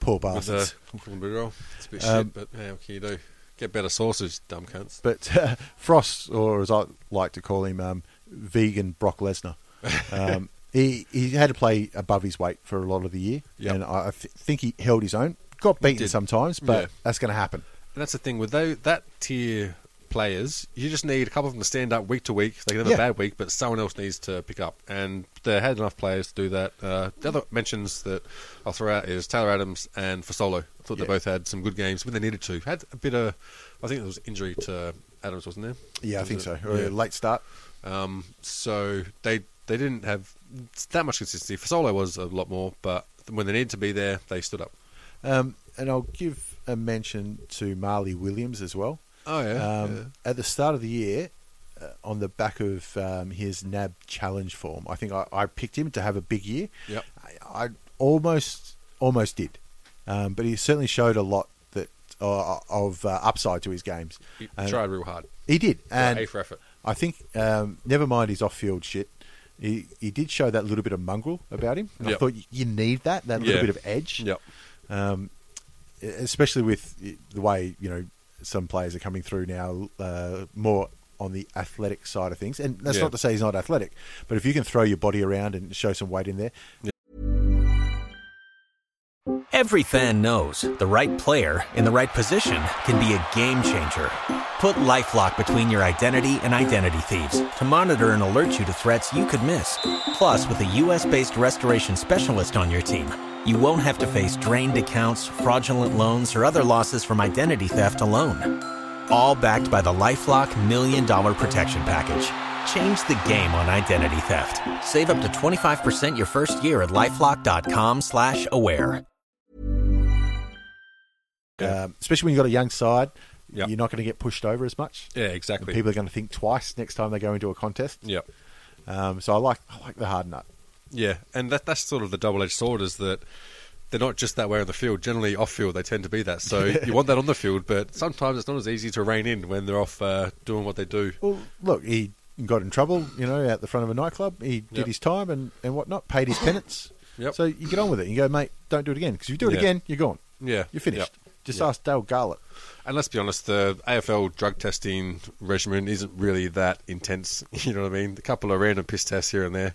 Speaker 2: Poor
Speaker 3: with uh, a
Speaker 2: bastards.
Speaker 3: roll. It's a bit
Speaker 2: Um,
Speaker 3: shit, but hey, what can you do? Get better sauces, dumb cunts.
Speaker 2: But uh, (laughs) Frost, or as I like to call him, um, vegan Brock Lesnar. (laughs) Um, he he had to play above his weight for a lot of the year,
Speaker 3: Yep.
Speaker 2: and I th- think he held his own. Got beaten
Speaker 3: did.
Speaker 2: sometimes, but
Speaker 3: Yeah.
Speaker 2: that's going to happen.
Speaker 3: And that's the thing with tho- that tier players, you just need a couple of them to stand up week to week. They can have
Speaker 2: Yeah.
Speaker 3: a bad week, but someone else needs to pick up. And they had enough players to do that. Uh, the other mentions that I'll throw out is Taylor Adams and Fasolo. I thought
Speaker 2: Yeah.
Speaker 3: they both had some good games when they needed to. Had a bit of, I think there was injury to Adams, wasn't there?
Speaker 2: Yeah, I
Speaker 3: Was
Speaker 2: think
Speaker 3: it?
Speaker 2: so. Or a
Speaker 3: Yeah.
Speaker 2: late start.
Speaker 3: Um, so they they didn't have that much consistency. Fasolo was a lot more, but when they needed to be there, they stood up.
Speaker 2: Um, and I'll give a mention to Marley Williams as well.
Speaker 3: Oh yeah,
Speaker 2: um,
Speaker 3: yeah.
Speaker 2: At the start of the year, uh, on the back of um, his NAB challenge form, I think I, I picked him to have a big year.
Speaker 3: Yep.
Speaker 2: I, I almost almost did, um, but he certainly showed a lot that uh, of uh, upside to his games.
Speaker 3: He
Speaker 2: And
Speaker 3: tried real hard.
Speaker 2: He did, and
Speaker 3: And a for effort.
Speaker 2: I think um, never mind his off-field shit. He, he did show that little bit of mongrel about him. And I
Speaker 3: Yep.
Speaker 2: thought y- you need that that little
Speaker 3: Yeah.
Speaker 2: bit of edge
Speaker 3: Yep.
Speaker 2: um, especially with the way you know some players are coming through now uh, more on the athletic side of things and that's
Speaker 3: Yeah.
Speaker 2: not to say he's not athletic but if you can throw your body around and show some weight in there
Speaker 4: Every fan knows the right player in the right position can be a game changer. Put LifeLock between your identity and identity thieves to monitor and alert you to threats you could miss. Plus, with a U.S.-based restoration specialist on your team, you won't have to face drained accounts, fraudulent loans, or other losses from identity theft alone. All backed by the LifeLock Million Dollar Protection Package. Change the game on identity theft. Save up to 25% your first year at LifeLock.com slash aware.
Speaker 3: Yeah.
Speaker 2: um, especially when you've got a young side
Speaker 3: Yeah.
Speaker 2: you're not going to get pushed over as much
Speaker 3: Yeah,
Speaker 2: and
Speaker 3: exactly.
Speaker 2: people are going to think twice next time they go into a contest
Speaker 3: yeah,
Speaker 2: um, so I like I like the hard nut
Speaker 3: yeah, and that that's sort of the double-edged sword is that they're not just that way on the field. Generally, off field they tend to be that.
Speaker 2: (laughs)
Speaker 3: So you want that on the field, but sometimes it's not as easy to rein in when they're off uh, doing what they do.
Speaker 2: well look he got in trouble you know out the front of a nightclub he did
Speaker 3: Yep.
Speaker 2: his time and, and whatnot paid his penance
Speaker 3: Yep.
Speaker 2: so you get on with it you go mate don't do it again because if you do it
Speaker 3: Yeah.
Speaker 2: again you're gone
Speaker 3: Yeah,
Speaker 2: You're finished.
Speaker 3: Yep.
Speaker 2: Just
Speaker 3: Yeah.
Speaker 2: ask Dale Garlett.
Speaker 3: And let's be honest, the AFL drug testing regimen isn't really that intense. (laughs) You know what I mean? A couple of random piss tests here and there.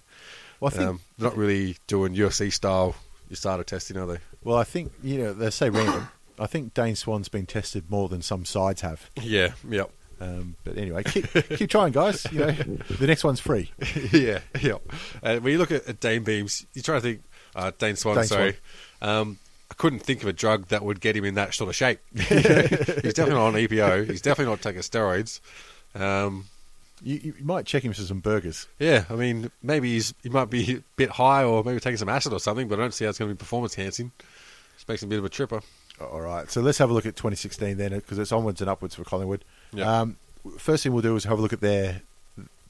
Speaker 2: Well, I think.
Speaker 3: um, they're not really doing UFC style. You started testing, are they?
Speaker 2: well, I think you know they say random. I think Dane Swan's been tested more than some sides have.
Speaker 3: Yeah. Yep.
Speaker 2: Um, but anyway, keep, keep trying, guys. You know, the next one's free.
Speaker 3: (laughs) yeah, yeah. Uh, when you look at, at Dane Beams, you try to think uh, Dane Swan.
Speaker 2: Dane
Speaker 3: sorry, Um, I couldn't think of a drug that would get him in that sort
Speaker 2: (laughs)
Speaker 3: of shape. (laughs) he's definitely not on EPO. He's definitely not taking steroids. Um,
Speaker 2: You, you might check him for some burgers.
Speaker 3: yeah, I mean, maybe he's he might be a bit high, or maybe taking some acid or something. But I don't see how it's going to be performance enhancing. Just makes him a bit of a tripper.
Speaker 2: All right, so let's have a look at 2016 then, because it's onwards and upwards for Collingwood.
Speaker 3: Yeah.
Speaker 2: Um, first thing we'll do is have a look at their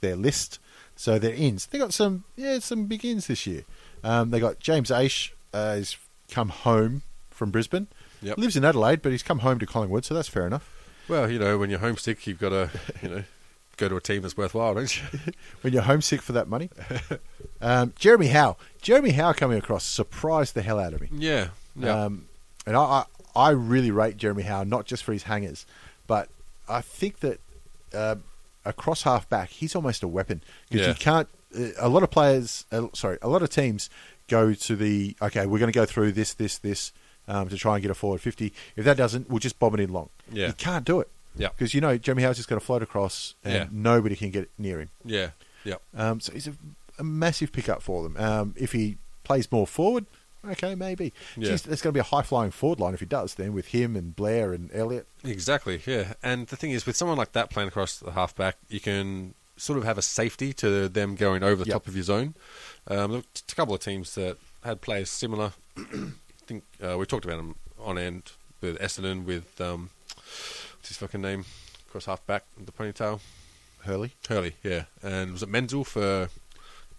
Speaker 2: their list. So their ins, they got some yeah some big ins this year. Um, they got James Aish uh, has come home from Brisbane.
Speaker 3: Yep.
Speaker 2: Lives in Adelaide, but he's come home to Collingwood, so that's fair enough.
Speaker 3: Well, you know, when you're homesick, you've got to you know go to a team that's worthwhile, don't
Speaker 2: (laughs)
Speaker 3: you?
Speaker 2: when you're homesick for that
Speaker 3: (laughs)
Speaker 2: money. Um, Jeremy Howe. Jeremy Howe coming across surprised the hell out of me.
Speaker 3: yeah. Yeah.
Speaker 2: Um, and I, I, I really rate Jeremy Howe, not just for his hangers, but I think that uh, across half back, he's almost a weapon because
Speaker 3: Yeah.
Speaker 2: you can't. uh, A lot of players, uh, sorry, a lot of teams go to the okay, we're going to go through this, this, this um, to try and get a forward 50. If that doesn't, we'll just bomb it in long.
Speaker 3: Yeah.
Speaker 2: You can't do it.
Speaker 3: Yeah.
Speaker 2: Because you know, Jeremy Howe's just going to float across and
Speaker 3: Yeah.
Speaker 2: nobody can get near him.
Speaker 3: yeah. Yeah.
Speaker 2: Um, so he's a, a massive pickup for them. Um, if he plays more forward, okay, maybe.
Speaker 3: Yeah.
Speaker 2: Jeez, there's going to be a high flying forward line if he does, then with him and Blair and Elliot.
Speaker 3: Exactly, yeah. And the thing is, with someone like that playing across the halfback, you can sort of have a safety to them going over the
Speaker 2: Yep.
Speaker 3: top of your zone. Um, there were a couple of teams that had players similar. (clears throat) I think uh, we talked about them on end with Essendon, with um, what's his fucking name? Across halfback, with the ponytail.
Speaker 2: Hurley.
Speaker 3: Hurley, yeah. And was it Menzel for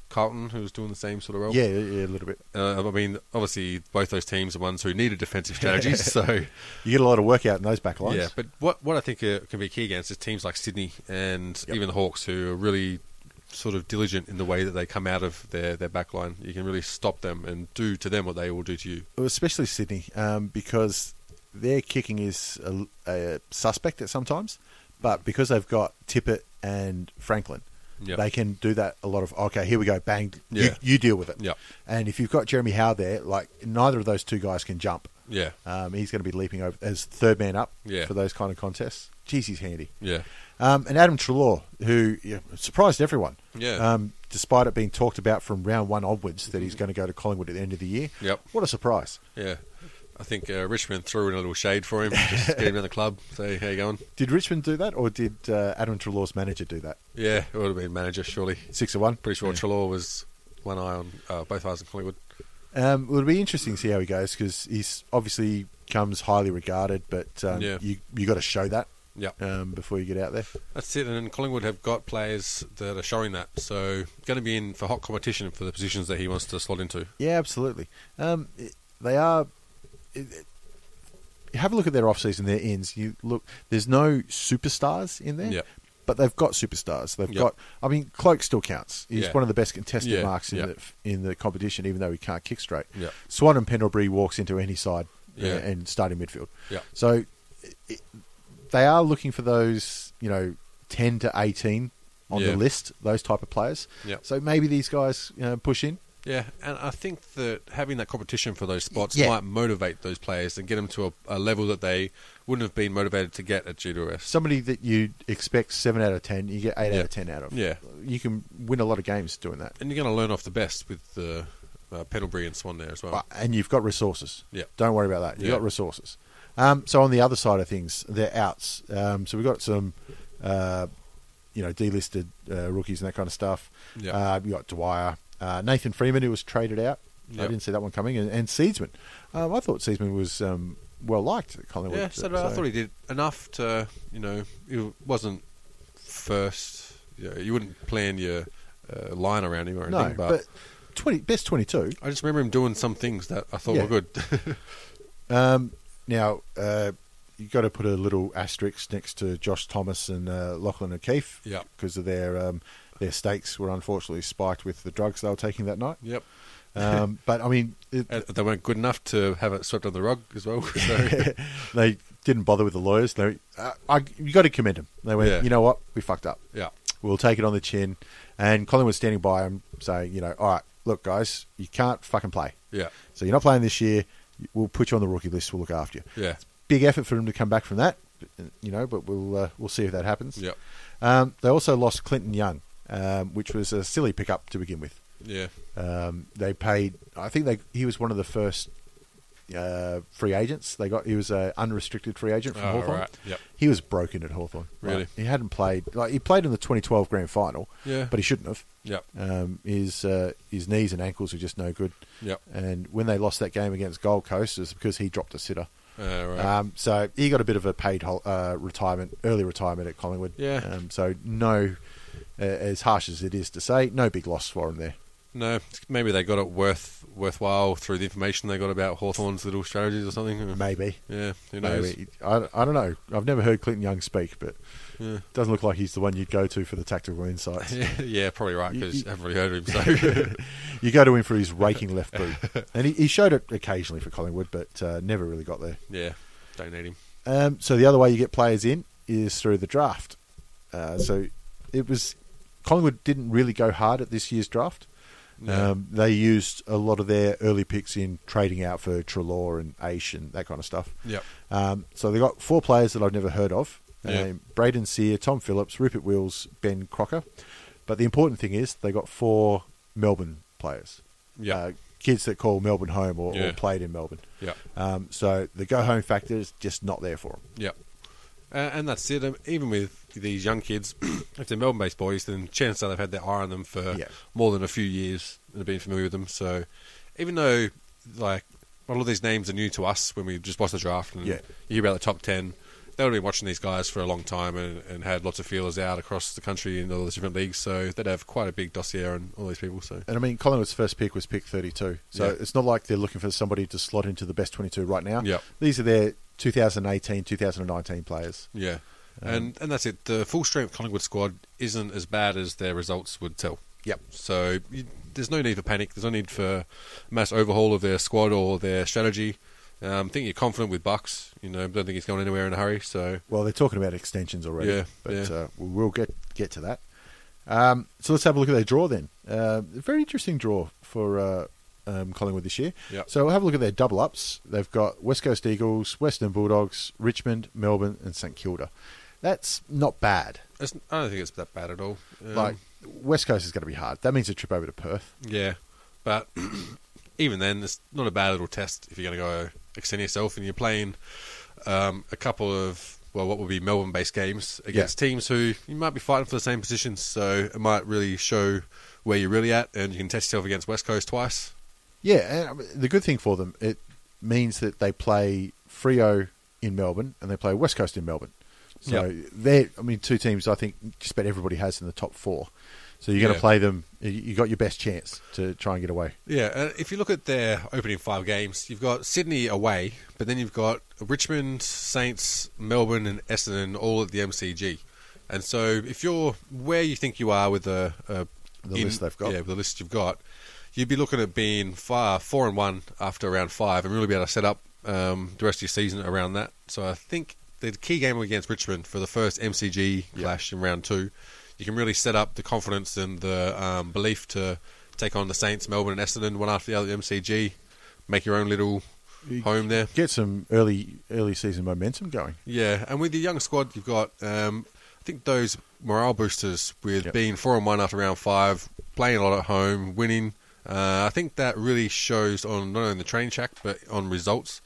Speaker 3: Carlton, who was doing the same sort of role?
Speaker 2: Yeah, yeah, a little bit.
Speaker 3: Uh, I mean, obviously, both those teams are ones who needed
Speaker 2: (laughs)
Speaker 3: defensive strategies, so.
Speaker 2: You get a lot of work out in those back lines.
Speaker 3: Yeah, but what what I think uh, can be key against is teams like Sydney and even the Hawks, who are really sort of diligent in the way that they come out of their their back line. You can really stop them and do to them what they will do to you.
Speaker 2: especially Sydney, um, because their kicking is a, a suspect at sometimes, but because they've got Tippett and Franklin,
Speaker 3: Yeah.
Speaker 2: they can do that a lot of. Okay, here we go, bang,
Speaker 3: Yeah.
Speaker 2: you, you deal with it.
Speaker 3: Yeah.
Speaker 2: And if you've got Jeremy Howe there, like neither of those two guys can jump.
Speaker 3: Yeah.
Speaker 2: Um, he's going to be leaping over as third man up
Speaker 3: Yeah.
Speaker 2: for those kind of contests. Jeez, he's handy.
Speaker 3: Yeah,
Speaker 2: Um, and Adam Trelaw, who yeah, surprised everyone.
Speaker 3: Yeah.
Speaker 2: Um, despite it being talked about from round one onwards that he's going to go to Collingwood at the end of the year.
Speaker 3: Mm-hmm. Yep.
Speaker 2: What a surprise.
Speaker 3: yeah. I think uh, Richmond threw in a little shade for him, just get him down the club. Say, how you going?
Speaker 2: Did Richmond do that, or did uh, Adam Trelaw's manager do that?
Speaker 3: Yeah, it would have been manager surely.
Speaker 2: Six of one.
Speaker 3: Pretty sure Trelaw was one eye on uh, both eyes on Collingwood.
Speaker 2: Um, it'll be interesting to see how he goes because he's obviously comes highly regarded, but um,
Speaker 3: Yeah.
Speaker 2: you you got to show that
Speaker 3: Yeah,
Speaker 2: um, before you get out there.
Speaker 3: That's it, and then Collingwood have got players that are showing that, so going to be in for hot competition for the positions that he wants to slot into.
Speaker 2: Yeah, absolutely. Um, it- they are. It, it- have a look at their off season, their ends. You look. There's no superstars in there,
Speaker 3: Yep.
Speaker 2: but they've got superstars. They've
Speaker 3: Yep.
Speaker 2: got. I mean, Cloak still counts. He's
Speaker 3: Yeah.
Speaker 2: one of the best contested
Speaker 3: Yeah,
Speaker 2: marks in
Speaker 3: yeah.
Speaker 2: the in the competition, even though he can't kick straight.
Speaker 3: Yep.
Speaker 2: Swan and Pendlebury walks into any side uh,
Speaker 3: Yeah.
Speaker 2: and starting midfield.
Speaker 3: Yep.
Speaker 2: So it, they are looking for those. You know, ten to eighteen on
Speaker 3: Yeah.
Speaker 2: the list. Those type of players.
Speaker 3: Yep.
Speaker 2: So maybe these guys uh, push in.
Speaker 3: Yeah, and I think that having that competition for those spots
Speaker 2: Yeah.
Speaker 3: might motivate those players and get them to a, a level that they wouldn't have been motivated to get at GWS.
Speaker 2: somebody that you expect seven out of ten, you get eight
Speaker 3: Yeah.
Speaker 2: out of ten out of.
Speaker 3: Yeah.
Speaker 2: you can win a lot of games doing that,
Speaker 3: And you're going to learn off the best with uh, uh, Pendlebury and Swan there as well.
Speaker 2: But- and you've got resources.
Speaker 3: Yeah.
Speaker 2: don't worry about that. You've
Speaker 3: Yeah.
Speaker 2: got resources. Um, so on the other side of things, they're outs. Um, so we've got some, uh, you know, delisted uh, rookies and that kind of stuff.
Speaker 3: Yeah.
Speaker 2: Uh, you got Dwyer, uh, Nathan Freeman, who was traded out. I
Speaker 3: Yeah.
Speaker 2: didn't see that one coming, and, and Seedsman. Um, I thought Seedsman was um, well liked at Collingwood.
Speaker 3: yeah, so, I thought he did enough to, you know, it wasn't first. You, know, you wouldn't plan your uh, line around him or anything,
Speaker 2: no,
Speaker 3: but,
Speaker 2: but twenty best twenty-two.
Speaker 3: I just remember him doing some things that I thought
Speaker 2: Yeah.
Speaker 3: were good. (laughs)
Speaker 2: (laughs) Um, now, uh, you got to put a little asterisk next to Josh Thomas and uh, Lachlan O'Keefe
Speaker 3: Yep.
Speaker 2: because of their um, their stakes were unfortunately spiked with the drugs they were taking that night.
Speaker 3: yep.
Speaker 2: Um, but I mean, it,
Speaker 3: And they weren't good enough to have it swept on the rug as well.
Speaker 2: (laughs)
Speaker 3: (laughs) So,
Speaker 2: they didn't bother with the lawyers. They, uh, I, you got to commend them. They went,
Speaker 3: Yeah.
Speaker 2: you know what, we fucked up.
Speaker 3: yeah.
Speaker 2: We'll take it on the chin. And Colin was standing by him saying, you know, all right, look, guys, you can't fucking play.
Speaker 3: Yeah.
Speaker 2: So you're not playing this year. We'll put you on the rookie list. We'll look after you.
Speaker 3: Yeah.
Speaker 2: Big effort for him to come back from that, but, you know. But we'll uh, we'll see if that happens.
Speaker 3: Yep.
Speaker 2: Um, they also lost Clinton Young, um, which was a silly pickup to begin with.
Speaker 3: Yeah.
Speaker 2: Um, they paid. I think they he was one of the first uh, free agents they got. He was an unrestricted free agent from
Speaker 3: Oh,
Speaker 2: Hawthorn.
Speaker 3: right. Yep.
Speaker 2: He was broken at Hawthorn. Like,
Speaker 3: Really?
Speaker 2: he hadn't played. Like he played in the 2012 Grand Final.
Speaker 3: Yeah.
Speaker 2: But he shouldn't have.
Speaker 3: Yep.
Speaker 2: Um, his uh, his knees and ankles were just no good.
Speaker 3: Yep.
Speaker 2: And when they lost that game against Gold Coast, it was because he dropped a sitter.
Speaker 3: Uh, right.
Speaker 2: Um, so he got a bit of a paid hol- uh, retirement, early retirement at Collingwood.
Speaker 3: Yeah.
Speaker 2: Um, so no, uh, as harsh as it is to say, no big loss for him there.
Speaker 3: No, maybe they got it worth worthwhile through the information they got about Hawthorn's little strategies or something.
Speaker 2: Maybe.
Speaker 3: Yeah, who knows?
Speaker 2: Maybe. I, I don't know. I've never heard Clinton Young speak, but Doesn't look like he's the one you'd go to for the tactical
Speaker 3: (laughs)
Speaker 2: insights.
Speaker 3: (laughs) yeah, probably right because everybody heard of
Speaker 2: (laughs)
Speaker 3: him. So
Speaker 2: You go to him for his raking left boot, and he, he showed it occasionally for Collingwood, but uh, never really got there.
Speaker 3: yeah, don't need him.
Speaker 2: Um, so the other way you get players in is through the draft. Uh, so it was Collingwood didn't really go hard at this year's draft.
Speaker 3: No.
Speaker 2: Um, they used a lot of their early picks in trading out for Trelaw and Aish and that kind of stuff.
Speaker 3: Yep.
Speaker 2: Um, so they got four players that I've never heard of:
Speaker 3: Yeah.
Speaker 2: um, Braden Sear, Tom Phillips, Rupert Wills, Ben Crocker. But the important thing is they got four Melbourne players,
Speaker 3: Yeah.
Speaker 2: uh, kids that call Melbourne home or,
Speaker 3: Yeah.
Speaker 2: or played in Melbourne.
Speaker 3: Yep.
Speaker 2: Um, so the go home factor is just not there for them.
Speaker 3: Yep. Uh, and that's it. Um, even with these young kids, (clears throat) if they're Melbourne-based boys, then chances are they've had their eye on them for
Speaker 2: Yeah.
Speaker 3: more than a few years and have been familiar with them. So, even though like a lot of these names are new to us when we just watch the draft and
Speaker 2: Yeah.
Speaker 3: you hear about the top ten, they would have been watching these guys for a long time and, and had lots of feelers out across the country in all these different leagues. So they'd have quite a big dossier on all these people. So
Speaker 2: And I mean, Collingwood's first pick was pick 32. So
Speaker 3: Yeah.
Speaker 2: it's not like they're looking for somebody to slot into the best 22 right now.
Speaker 3: Yep.
Speaker 2: These are their 2018, 2019 players.
Speaker 3: yeah,
Speaker 2: Um,
Speaker 3: and and that's it. The full strength Collingwood squad isn't as bad as their results would tell.
Speaker 2: Yep.
Speaker 3: So you, there's no need for panic. There's no need for mass overhaul of their squad or their strategy. Um, I think you're confident with Bucks. You know, don't think he's going anywhere in a hurry. So
Speaker 2: Well, they're talking about extensions already.
Speaker 3: Yeah,
Speaker 2: But
Speaker 3: yeah.
Speaker 2: Uh, we- we'll get, get to that. Um, so let's have a look at their draw then. Uh, very interesting draw for uh, um, Collingwood this year.
Speaker 3: Yep.
Speaker 2: So we'll have a look at their double ups. They've got West Coast Eagles, Western Bulldogs, Richmond, Melbourne, and St Kilda. That's not bad.
Speaker 3: it's, I don't think it's that bad at all. Um,
Speaker 2: like, West Coast is going to be hard. That means a trip over to Perth.
Speaker 3: yeah, but (clears throat) even then, it's not a bad little test if you're going to go extend yourself and you're playing um, a couple of well, what would be Melbourne-based games against teams who you might be fighting for the same positions. So it might really show where you're really at, and you can test yourself against West Coast twice.
Speaker 2: Yeah, and I mean, the good thing for them it means that they play Frio in Melbourne and they play West Coast in Melbourne. So they're, I mean, two teams I think just about everybody has in the top four. So you're going
Speaker 3: Yeah.
Speaker 2: to play them. You you got your best chance to try and get away.
Speaker 3: Yeah, uh, if you look at their opening five games, you've got Sydney away, but then you've got Richmond, Saints, Melbourne, and Essendon all at the MCG. And so, if you're where you think you are with the uh,
Speaker 2: The list they've got.
Speaker 3: yeah, with the list you've got, you'd be looking at being far four and one after round five, and really be able to set up um, the rest of your season around that. So I think the key game against Richmond for the first MCG clash in round two, you can really set up the confidence and the um, belief to take on the Saints, Melbourne, and Essendon one after the other at the MCG, make your own little home there.
Speaker 2: Get some early early season momentum going.
Speaker 3: Yeah, and with your young squad, you've got um, I think those morale boosters with
Speaker 2: Yep.
Speaker 3: being four and one after round five, playing a lot at home, winning. Uh, I think that really shows on not only the training track but on results.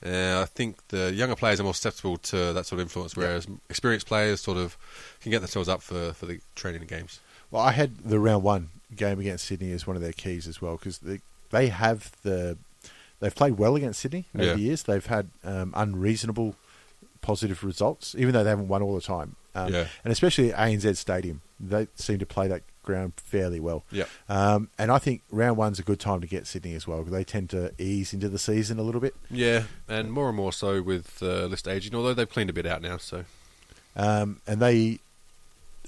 Speaker 3: Uh, I think the younger players are more susceptible to that sort of influence, whereas experienced players sort of can get themselves up for, for the training and games.
Speaker 2: Well, I had the round one game against Sydney as one of their keys as well because they, they have the they've played well against Sydney over
Speaker 3: Yeah.
Speaker 2: the years. They've had um, unreasonable positive results, even though they haven't won all the time. Um,
Speaker 3: Yeah.
Speaker 2: And especially at ANZ Stadium, they seem to play that ground fairly well.
Speaker 3: Yeah.
Speaker 2: Um, and I think round one's a good time to get Sydney as well because they tend to ease into the season a little bit.
Speaker 3: Yeah, and more and more so with uh, list aging, although they've cleaned a bit out now. So
Speaker 2: Um, and they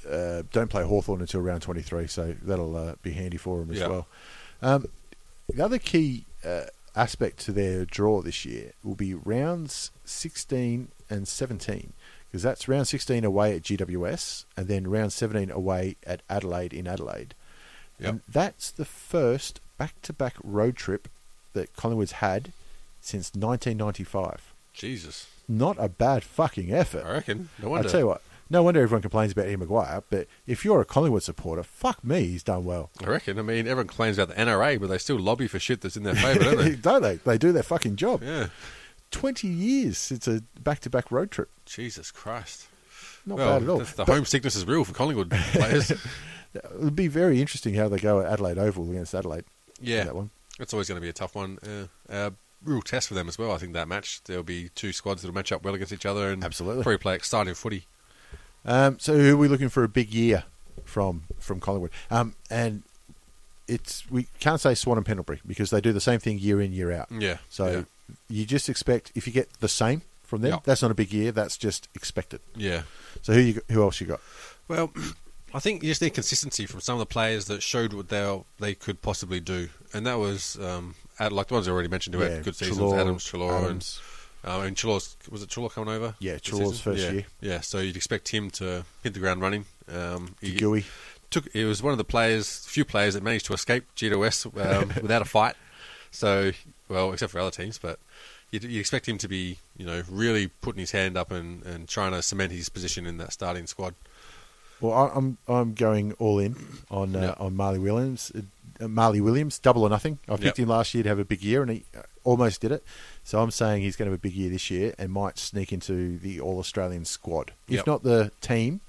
Speaker 2: uh, don't play Hawthorn until round 23, so that'll uh, be handy for them as
Speaker 3: Yeah.
Speaker 2: well. Um, the other key uh, aspect to their draw this year will be rounds 16 and 17, because that's round 16 away at GWS, and then round 17 away at Adelaide in Adelaide.
Speaker 3: Yep.
Speaker 2: And that's the first back to back road trip that Collingwood's had since 1995.
Speaker 3: Jesus,
Speaker 2: Not a bad fucking effort.
Speaker 3: I reckon. No wonder.
Speaker 2: I tell you what, no wonder everyone complains about Ian Maguire, but if you're a Collingwood supporter, fuck me, he's done well.
Speaker 3: I reckon. I mean, everyone complains about the NRA, but they still lobby for shit that's in their favour, don't they?
Speaker 2: (laughs) Don't they? They do their fucking job.
Speaker 3: Yeah.
Speaker 2: 20 years since a back to back road trip.
Speaker 3: Jesus Christ.
Speaker 2: Not
Speaker 3: well,
Speaker 2: bad at all.
Speaker 3: that's- The
Speaker 2: But
Speaker 3: homesickness is real for Collingwood
Speaker 2: (laughs)
Speaker 3: players.
Speaker 2: it'll be very interesting how they go at Adelaide Oval against Adelaide.
Speaker 3: yeah.
Speaker 2: That one.
Speaker 3: It's always going to be a tough one. Uh, uh, real test for them as well, I think, that match. There'll be two squads that'll match up well against each other and
Speaker 2: Absolutely.
Speaker 3: probably play exciting footy.
Speaker 2: Um, so who are we looking for a big year from from Collingwood? Um, and it's we can't say Swan and Pendlebury because they do the same thing year in year out.
Speaker 3: Yeah,
Speaker 2: So
Speaker 3: yeah.
Speaker 2: you just expect if you get the same from them.
Speaker 3: Yeah.
Speaker 2: That's not a big year. That's just expected.
Speaker 3: Yeah.
Speaker 2: So who you, who else you got?
Speaker 3: Well, (clears throat) I think you just need consistency from some of the players that showed what they they could possibly do, and that was um, at, like the ones I already mentioned who
Speaker 2: Yeah,
Speaker 3: had good seasons:
Speaker 2: Treloar,
Speaker 3: Adams, Trelaw, and
Speaker 2: Adams.
Speaker 3: um, and Trelaw was it Trelaw coming over?
Speaker 2: Yeah,
Speaker 3: this
Speaker 2: Trelaw's
Speaker 3: season?
Speaker 2: first
Speaker 3: yeah.
Speaker 2: year.
Speaker 3: Yeah, so you'd expect him to hit the ground running. Um, he
Speaker 2: Gooey.
Speaker 3: took it was one of the players, few players that managed to escape GWS
Speaker 2: (laughs)
Speaker 3: um, without a fight. So, well, except for other teams, but you'd, you'd expect him to be, you know, really putting his hand up and, and trying to cement his position in that starting squad.
Speaker 2: Well, I, I'm I'm going all in on uh, on Marley Williams. Uh, Marley Williams, double or nothing. I picked
Speaker 3: Yep.
Speaker 2: him last year to have a big year, and he uh, almost did it. So I'm saying he's going to have a big year this year and might sneak into the All Australian squad, if
Speaker 3: Yep.
Speaker 2: not the team,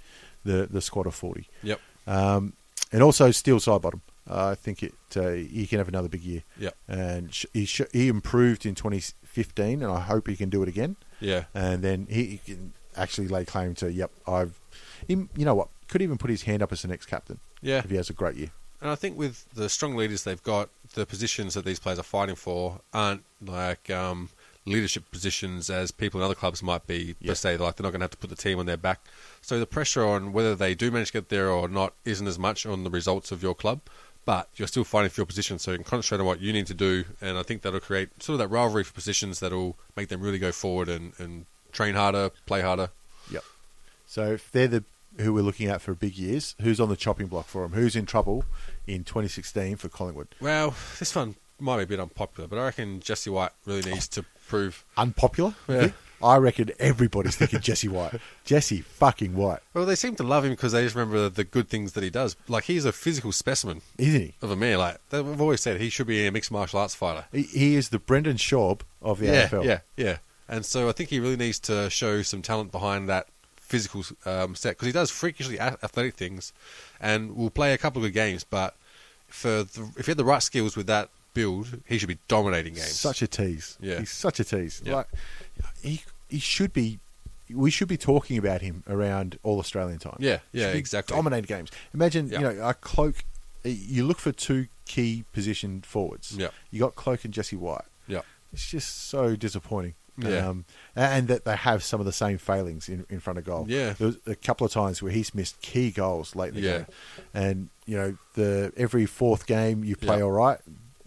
Speaker 2: the the squad of forty.
Speaker 3: Yep.
Speaker 2: Um, and also Steel Sidebottom. Uh, I think it uh, he can have another big year.
Speaker 3: Yep.
Speaker 2: And sh- he sh- he improved in 2015, and I hope he can do it again.
Speaker 3: Yeah.
Speaker 2: And then he, he can actually lay claim to, yep, I've, he, you know what, could even put his hand up as the next captain.
Speaker 3: Yeah.
Speaker 2: If he has a great year.
Speaker 3: And I think with the strong leaders they've got, the positions that these players are fighting for aren't like um, leadership positions as people in other clubs might be
Speaker 2: Yeah.
Speaker 3: per se. Like they're not going to have to put the team on their back. So the pressure on whether they do manage to get there or not isn't as much on the results of your club. But you're still fighting for your position, so you can concentrate on what you need to do. And I think that'll create sort of that rivalry for positions that'll make them really go forward and, and train harder, play harder.
Speaker 2: Yep. So if they're the who we're looking at for big years, who's on the chopping block for him? Who's in trouble in 2016 for Collingwood?
Speaker 3: Well, this one might be a bit unpopular, but I reckon Jesse White really needs to prove
Speaker 2: Unpopular? Vic? I reckon everybody's thinking Jesse
Speaker 3: (laughs)
Speaker 2: White. Jesse fucking White,
Speaker 3: Well, they seem to love him because they just remember the good things that he does. Like he's a physical specimen
Speaker 2: isn't he?
Speaker 3: of a man. Like they've always said, he should be a mixed martial arts fighter.
Speaker 2: He, he is the Brendan Schaub of the
Speaker 3: yeah,
Speaker 2: AFL.
Speaker 3: yeah, yeah. And so I think he really needs to show some talent behind that physical um, set because he does freakishly a- athletic things, and will play a couple of good games. But for the, if he had the right skills with that build, he should be dominating games.
Speaker 2: Such a tease.
Speaker 3: Yeah.
Speaker 2: He's such a tease.
Speaker 3: Yeah.
Speaker 2: Like he he should be we should be talking about him around all Australian time.
Speaker 3: Yeah,
Speaker 2: He
Speaker 3: yeah,
Speaker 2: should be
Speaker 3: exactly.
Speaker 2: Dominate games. Imagine,
Speaker 3: Yeah.
Speaker 2: you know, a cloak you look for two key position forwards.
Speaker 3: Yeah.
Speaker 2: You got Cloak and Jesse White.
Speaker 3: yeah,
Speaker 2: It's just so disappointing.
Speaker 3: Yeah.
Speaker 2: Um, and that they have some of the same failings in, in front of goal.
Speaker 3: Yeah.
Speaker 2: There was a couple of times where he's missed key goals late in the
Speaker 3: Yeah.
Speaker 2: game. And, you know, the every fourth game you play
Speaker 3: Yeah.
Speaker 2: all right,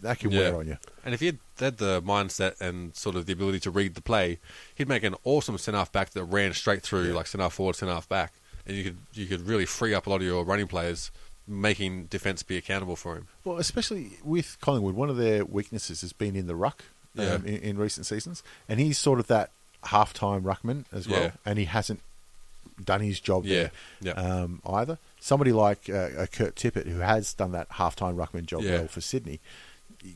Speaker 2: that can wear on you.
Speaker 3: And if he had, had the mindset and sort of the ability to read the play, he'd make an awesome centre half back that ran straight through like centre half forward, centre half back, and you could you could really free up a lot of your running players, making defence be accountable for him.
Speaker 2: Well, especially with Collingwood, one of their weaknesses has been in the ruck
Speaker 3: Yeah.
Speaker 2: um, in, in recent seasons, and he's sort of that half-time ruckman as well,
Speaker 3: Yeah.
Speaker 2: and he hasn't done his job
Speaker 3: Yeah,
Speaker 2: there
Speaker 3: yeah.
Speaker 2: Um, either. Somebody like uh, uh, Kurt Tippett, who has done that half-time ruckman job
Speaker 3: Yeah.
Speaker 2: well for Sydney,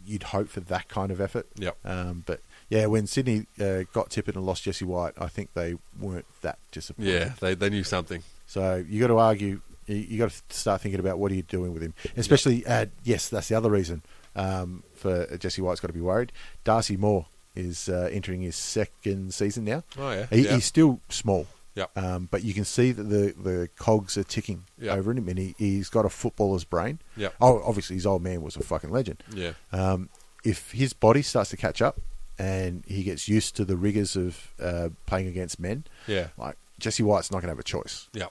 Speaker 2: you'd hope for that kind of effort.
Speaker 3: Yep.
Speaker 2: Um, but yeah, when Sydney uh, got Tippett and lost Jesse White, I think they weren't that disappointed.
Speaker 3: Yeah, they they knew something.
Speaker 2: So you got to argue. You, you got to start thinking about what are you doing with him, especially. Uh, yes, that's the other reason um, for Jesse White's got to be worried. Darcy Moore is uh, entering his second season now.
Speaker 3: Oh, yeah.
Speaker 2: he,
Speaker 3: Yeah.
Speaker 2: he's still small.
Speaker 3: Yeah.
Speaker 2: Um, but you can see that the, the cogs are ticking
Speaker 3: Yeah.
Speaker 2: over in him, and he, he's got a footballer's brain.
Speaker 3: Yeah.
Speaker 2: Oh, obviously his old man was a fucking legend.
Speaker 3: Yeah. Uh,
Speaker 2: Um, if his body starts to catch up, and he gets used to the rigors of uh, playing against men,
Speaker 3: Yeah.
Speaker 2: like Jesse White's not going to have a choice.
Speaker 3: Yeah,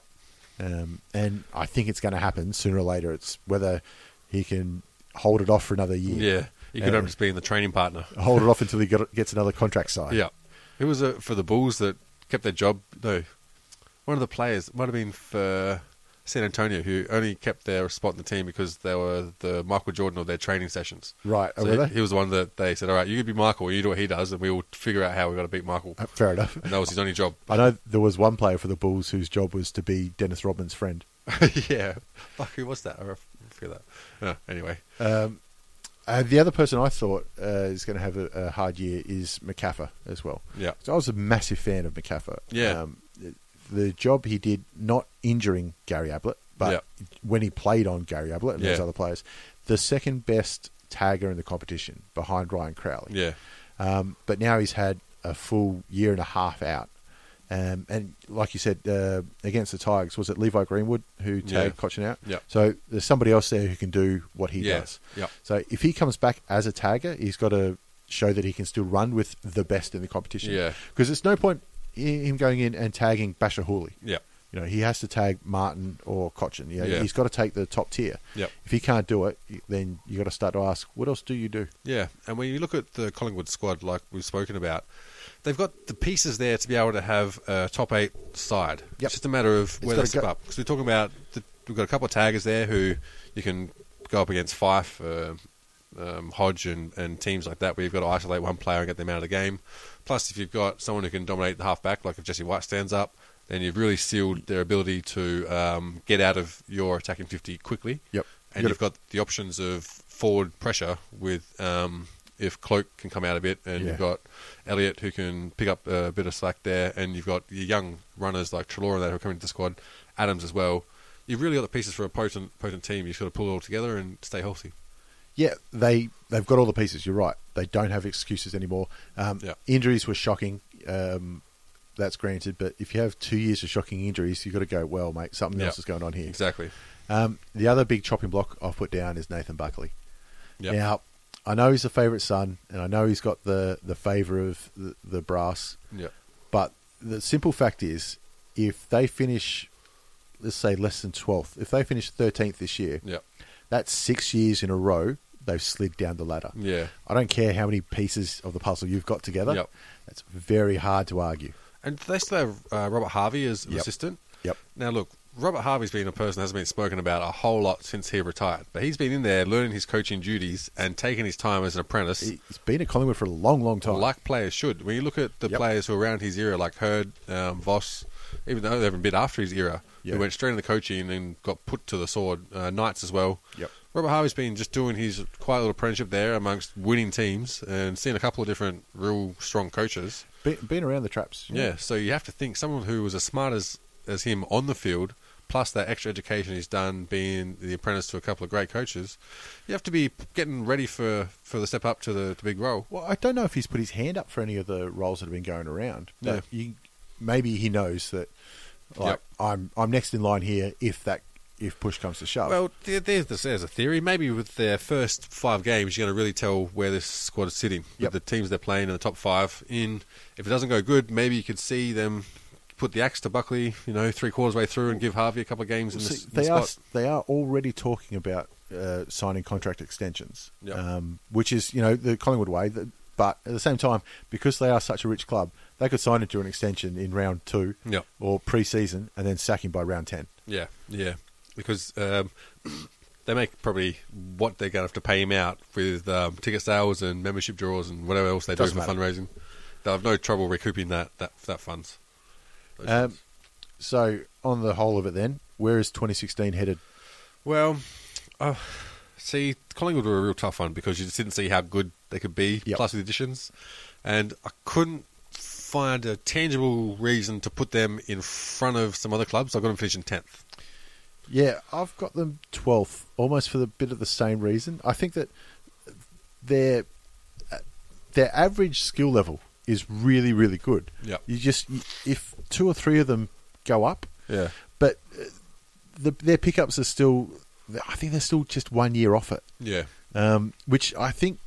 Speaker 2: Um, and I think it's going to happen sooner or later. It's whether he can hold it off for another year.
Speaker 3: yeah. You could
Speaker 2: Uh,
Speaker 3: have just been the training (laughs) partner.
Speaker 2: hold it off until he got, gets another contract signed.
Speaker 3: Yeah, it was uh, for the Bulls that kept their job. No, one of the players might have been for San Antonio, who only kept their spot in the team because they were the Michael Jordan of their training sessions.
Speaker 2: Right, oh,
Speaker 3: so
Speaker 2: were they?
Speaker 3: he, he was the one that they said, "All right, you could be Michael. You do what he does, and we will figure out how we got to beat Michael."
Speaker 2: Uh, Fair enough. (laughs)
Speaker 3: And that was his only job.
Speaker 2: I know there was one player for the Bulls whose job was to be Dennis Rodman's friend.
Speaker 3: (laughs) yeah, fuck, who was that? I ref- forget that. Uh, anyway,
Speaker 2: Uh, the other person I thought uh, is going to have a, a hard year is McCaffer as well.
Speaker 3: Yeah.
Speaker 2: So I was a massive fan of McCaffer.
Speaker 3: Yeah.
Speaker 2: Um, the- the job he did, not injuring Gary Ablett, but when he played on Gary Ablett and those
Speaker 3: Yeah.
Speaker 2: other players, the second best tagger in the competition behind Ryan Crowley.
Speaker 3: yeah,
Speaker 2: Um, but now he's had a full year and a half out. Um, and like you said, uh, against the Tigers, was it Levi Greenwood who tagged
Speaker 3: Yeah.
Speaker 2: Cochin out?
Speaker 3: Yeah.
Speaker 2: So there's somebody else there who can do what he
Speaker 3: Yeah.
Speaker 2: does.
Speaker 3: Yeah.
Speaker 2: So if he comes back as a tagger, he's got to show that he can still run with the best in the competition.
Speaker 3: Yeah.
Speaker 2: Because it's no point him going in and tagging Basher Hooley.
Speaker 3: Yep.
Speaker 2: You know, he has to tag Martin or Cochin. You know,
Speaker 3: Yeah.
Speaker 2: He's got to take the top tier.
Speaker 3: Yep.
Speaker 2: If he can't do it, then you got to start to ask, what else do you do?
Speaker 3: Yeah, and when you look at the Collingwood squad, like we've spoken about, they've got the pieces there to be able to have a top eight side. It's just a matter of where
Speaker 2: gotta
Speaker 3: they step
Speaker 2: go-
Speaker 3: up. Because we're talking about the, we've got a couple of taggers there who you can go up against Fife, uh, um, Hodge, and, and teams like that where you've got to isolate one player and get them out of the game. Plus, if you've got someone who can dominate the halfback, like if Jesse White stands up, then you've really sealed their ability to um, get out of your attacking fifty quickly
Speaker 2: Yep.
Speaker 3: and
Speaker 2: Got
Speaker 3: you've
Speaker 2: it.
Speaker 3: got the options of forward pressure with um, if Cloak can come out a bit, and
Speaker 2: Yeah.
Speaker 3: you've got Elliot who can pick up a bit of slack there, and you've got your young runners like Trelaw and that who are coming to the squad, Adams as well. You've really got the pieces for a potent, potent team. You've got to pull it all together and stay healthy.
Speaker 2: Yeah, they they've got all the pieces. You're right. They don't have excuses anymore. Um,
Speaker 3: Yeah.
Speaker 2: Injuries were shocking. Um, that's granted, but if you have two years of shocking injuries, you've got to go. Well, mate, something else
Speaker 3: Yeah.
Speaker 2: is going on here.
Speaker 3: Exactly.
Speaker 2: Um, the other big chopping block I've put down is Nathan Buckley.
Speaker 3: Yep.
Speaker 2: Now, I know he's the favourite son, and I know he's got the the favour of the, the brass.
Speaker 3: Yep.
Speaker 2: But the simple fact is, if they finish, let's say less than twelfth, if they finish thirteenth this year,
Speaker 3: Yep.
Speaker 2: that's six years in a row they've slid down the ladder.
Speaker 3: Yeah.
Speaker 2: I don't care how many pieces of the puzzle you've got together.
Speaker 3: Yep.
Speaker 2: That's very hard to argue.
Speaker 3: And do they still have uh, Robert Harvey as an
Speaker 2: Yep.
Speaker 3: assistant.
Speaker 2: Yep.
Speaker 3: Now, look, Robert Harvey's been a person that hasn't been spoken about a whole lot since he retired, but he's been in there learning his coaching duties and taking his time as an apprentice.
Speaker 2: He's been at Collingwood for a long, long time.
Speaker 3: like players should. When you look at the
Speaker 2: Yep.
Speaker 3: players who are around his era, like Hurd, um, Voss, even though they've been bit after his era,
Speaker 2: Yeah.
Speaker 3: who went straight into coaching and got put to the sword. Uh, Knights as well.
Speaker 2: Yep.
Speaker 3: Robert Harvey's been just doing his quiet little apprenticeship there amongst winning teams and seeing a couple of different real strong coaches.
Speaker 2: Be- been around the traps. you know?
Speaker 3: Yeah, so you have to think someone who was as smart as, as him on the field, plus that extra education he's done, being the apprentice to a couple of great coaches, you have to be getting ready for, for the step up to the, the big role.
Speaker 2: Well, I don't know if he's put his hand up for any of the roles that have been going around. But you, maybe he knows that. Like
Speaker 3: Yep.
Speaker 2: I'm, I'm next in line here. If that, if push comes to shove.
Speaker 3: Well, there- there's, the, there's a theory. Maybe with their first five games, you're going to really tell where this squad is sitting with
Speaker 2: Yep.
Speaker 3: the teams they're playing in the top five. In if it doesn't go good, maybe you could see them put the axe to Buckley, you know, three quarters way through, and give Harvey a couple of games in, the,
Speaker 2: See,
Speaker 3: s- in the
Speaker 2: they are
Speaker 3: spot.
Speaker 2: they are already talking about uh, signing contract extensions,
Speaker 3: Yeah.
Speaker 2: um, which is you know the Collingwood way. That, but at the same time, because they are such a rich club, they could sign it to an extension in round two
Speaker 3: Yeah.
Speaker 2: or pre-season, and then sack him by round ten.
Speaker 3: Yeah, yeah, because um, (clears throat) they make probably what they're going to have to pay him out with um, ticket sales and membership draws and whatever else they
Speaker 2: Doesn't
Speaker 3: do for
Speaker 2: matter.
Speaker 3: fundraising. They'll have no trouble recouping that that that funds. Those
Speaker 2: Um,
Speaker 3: funds.
Speaker 2: so on the whole of it, then where is 2016 headed?
Speaker 3: Well, uh, see, Collingwood were a real tough one because you just didn't see how good they could be,
Speaker 2: Yep.
Speaker 3: plus with additions. And I couldn't find a tangible reason to put them in front of some other clubs. I got them finishing 10th.
Speaker 2: Yeah, I've got them 12th, almost for the bit of the same reason. I think that their their average skill level is really, really good.
Speaker 3: Yep.
Speaker 2: You just you- if two or three of them go up,
Speaker 3: Yeah.
Speaker 2: but uh, the, their pickups are still. I think they're still just one year off it,
Speaker 3: Yeah.
Speaker 2: um, which I think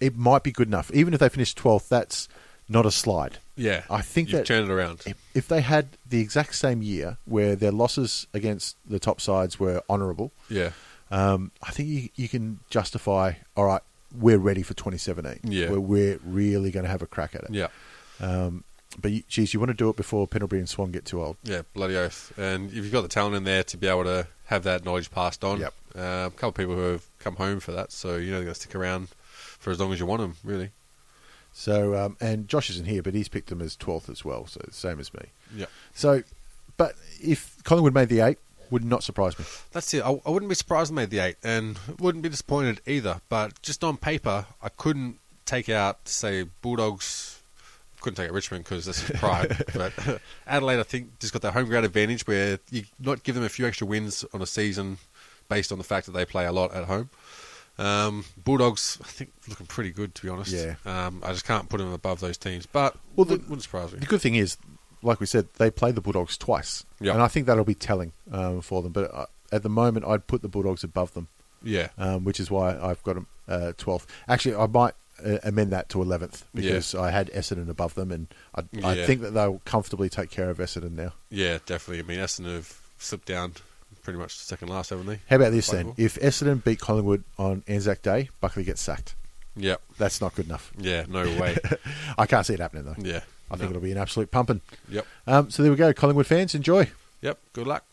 Speaker 2: it might be good enough. Even if they finish 12th, that's not a slide.
Speaker 3: Yeah.
Speaker 2: I think
Speaker 3: You've
Speaker 2: that-
Speaker 3: turned it around.
Speaker 2: If- If they had the exact same year where their losses against the top sides were honourable,
Speaker 3: Yeah.
Speaker 2: um, I think you, you can justify. All right, we're ready for 2017.
Speaker 3: Yeah.
Speaker 2: where we're really going to have a crack at it.
Speaker 3: Yeah.
Speaker 2: But you, geez, you want to do it before Pendlebury and Swan get too old.
Speaker 3: Yeah, bloody oath. And if you've got the talent in there to be able to have that knowledge passed on,
Speaker 2: Yep.
Speaker 3: uh, a couple of people who have come home for that, so you know they're going to stick around for as long as you want them, really.
Speaker 2: So, um, and Josh isn't here, but he's picked them as 12th as well. So same as me.
Speaker 3: Yeah.
Speaker 2: So, but if Collingwood made the eight, would not surprise me.
Speaker 3: That's it. I, I wouldn't be surprised if they made the eight, and wouldn't be disappointed either. But just on paper, I couldn't take out, say, Bulldogs. Couldn't take out Richmond because that's
Speaker 2: (laughs)
Speaker 3: his pride. but (laughs) Adelaide, I think, just got that home ground advantage where you not give them a few extra wins on a season based on the fact that they play a lot at home. Um, Bulldogs, I think, looking pretty good to be honest.
Speaker 2: Yeah.
Speaker 3: Um, I just can't put them above those teams, but
Speaker 2: Well,
Speaker 3: well,
Speaker 2: the-
Speaker 3: wouldn't surprise me.
Speaker 2: The good thing is, like we said, they play the Bulldogs twice,
Speaker 3: Yeah.
Speaker 2: and I think that'll be telling um, for them. But uh, at the moment, I'd put the Bulldogs above them.
Speaker 3: Yeah.
Speaker 2: um, which is why I've got them uh, 12th. uh, Actually, I might uh, amend that to 11th because I had Essendon above them, and I, I
Speaker 3: Yeah.
Speaker 2: think that they'll comfortably take care of Essendon now.
Speaker 3: Yeah, definitely. I mean, Essendon have slipped down pretty much second last, haven't they?
Speaker 2: How about this then?
Speaker 3: Possible.
Speaker 2: If Essendon beat Collingwood on Anzac Day, Buckley gets sacked.
Speaker 3: Yeah,
Speaker 2: That's not good enough. (laughs)
Speaker 3: yeah, no way.
Speaker 2: I can't see it happening though.
Speaker 3: yeah,
Speaker 2: I think it'll be an absolute pumping.
Speaker 3: yep,
Speaker 2: Um, so there we go, Collingwood fans. Enjoy.
Speaker 3: yep. Good luck.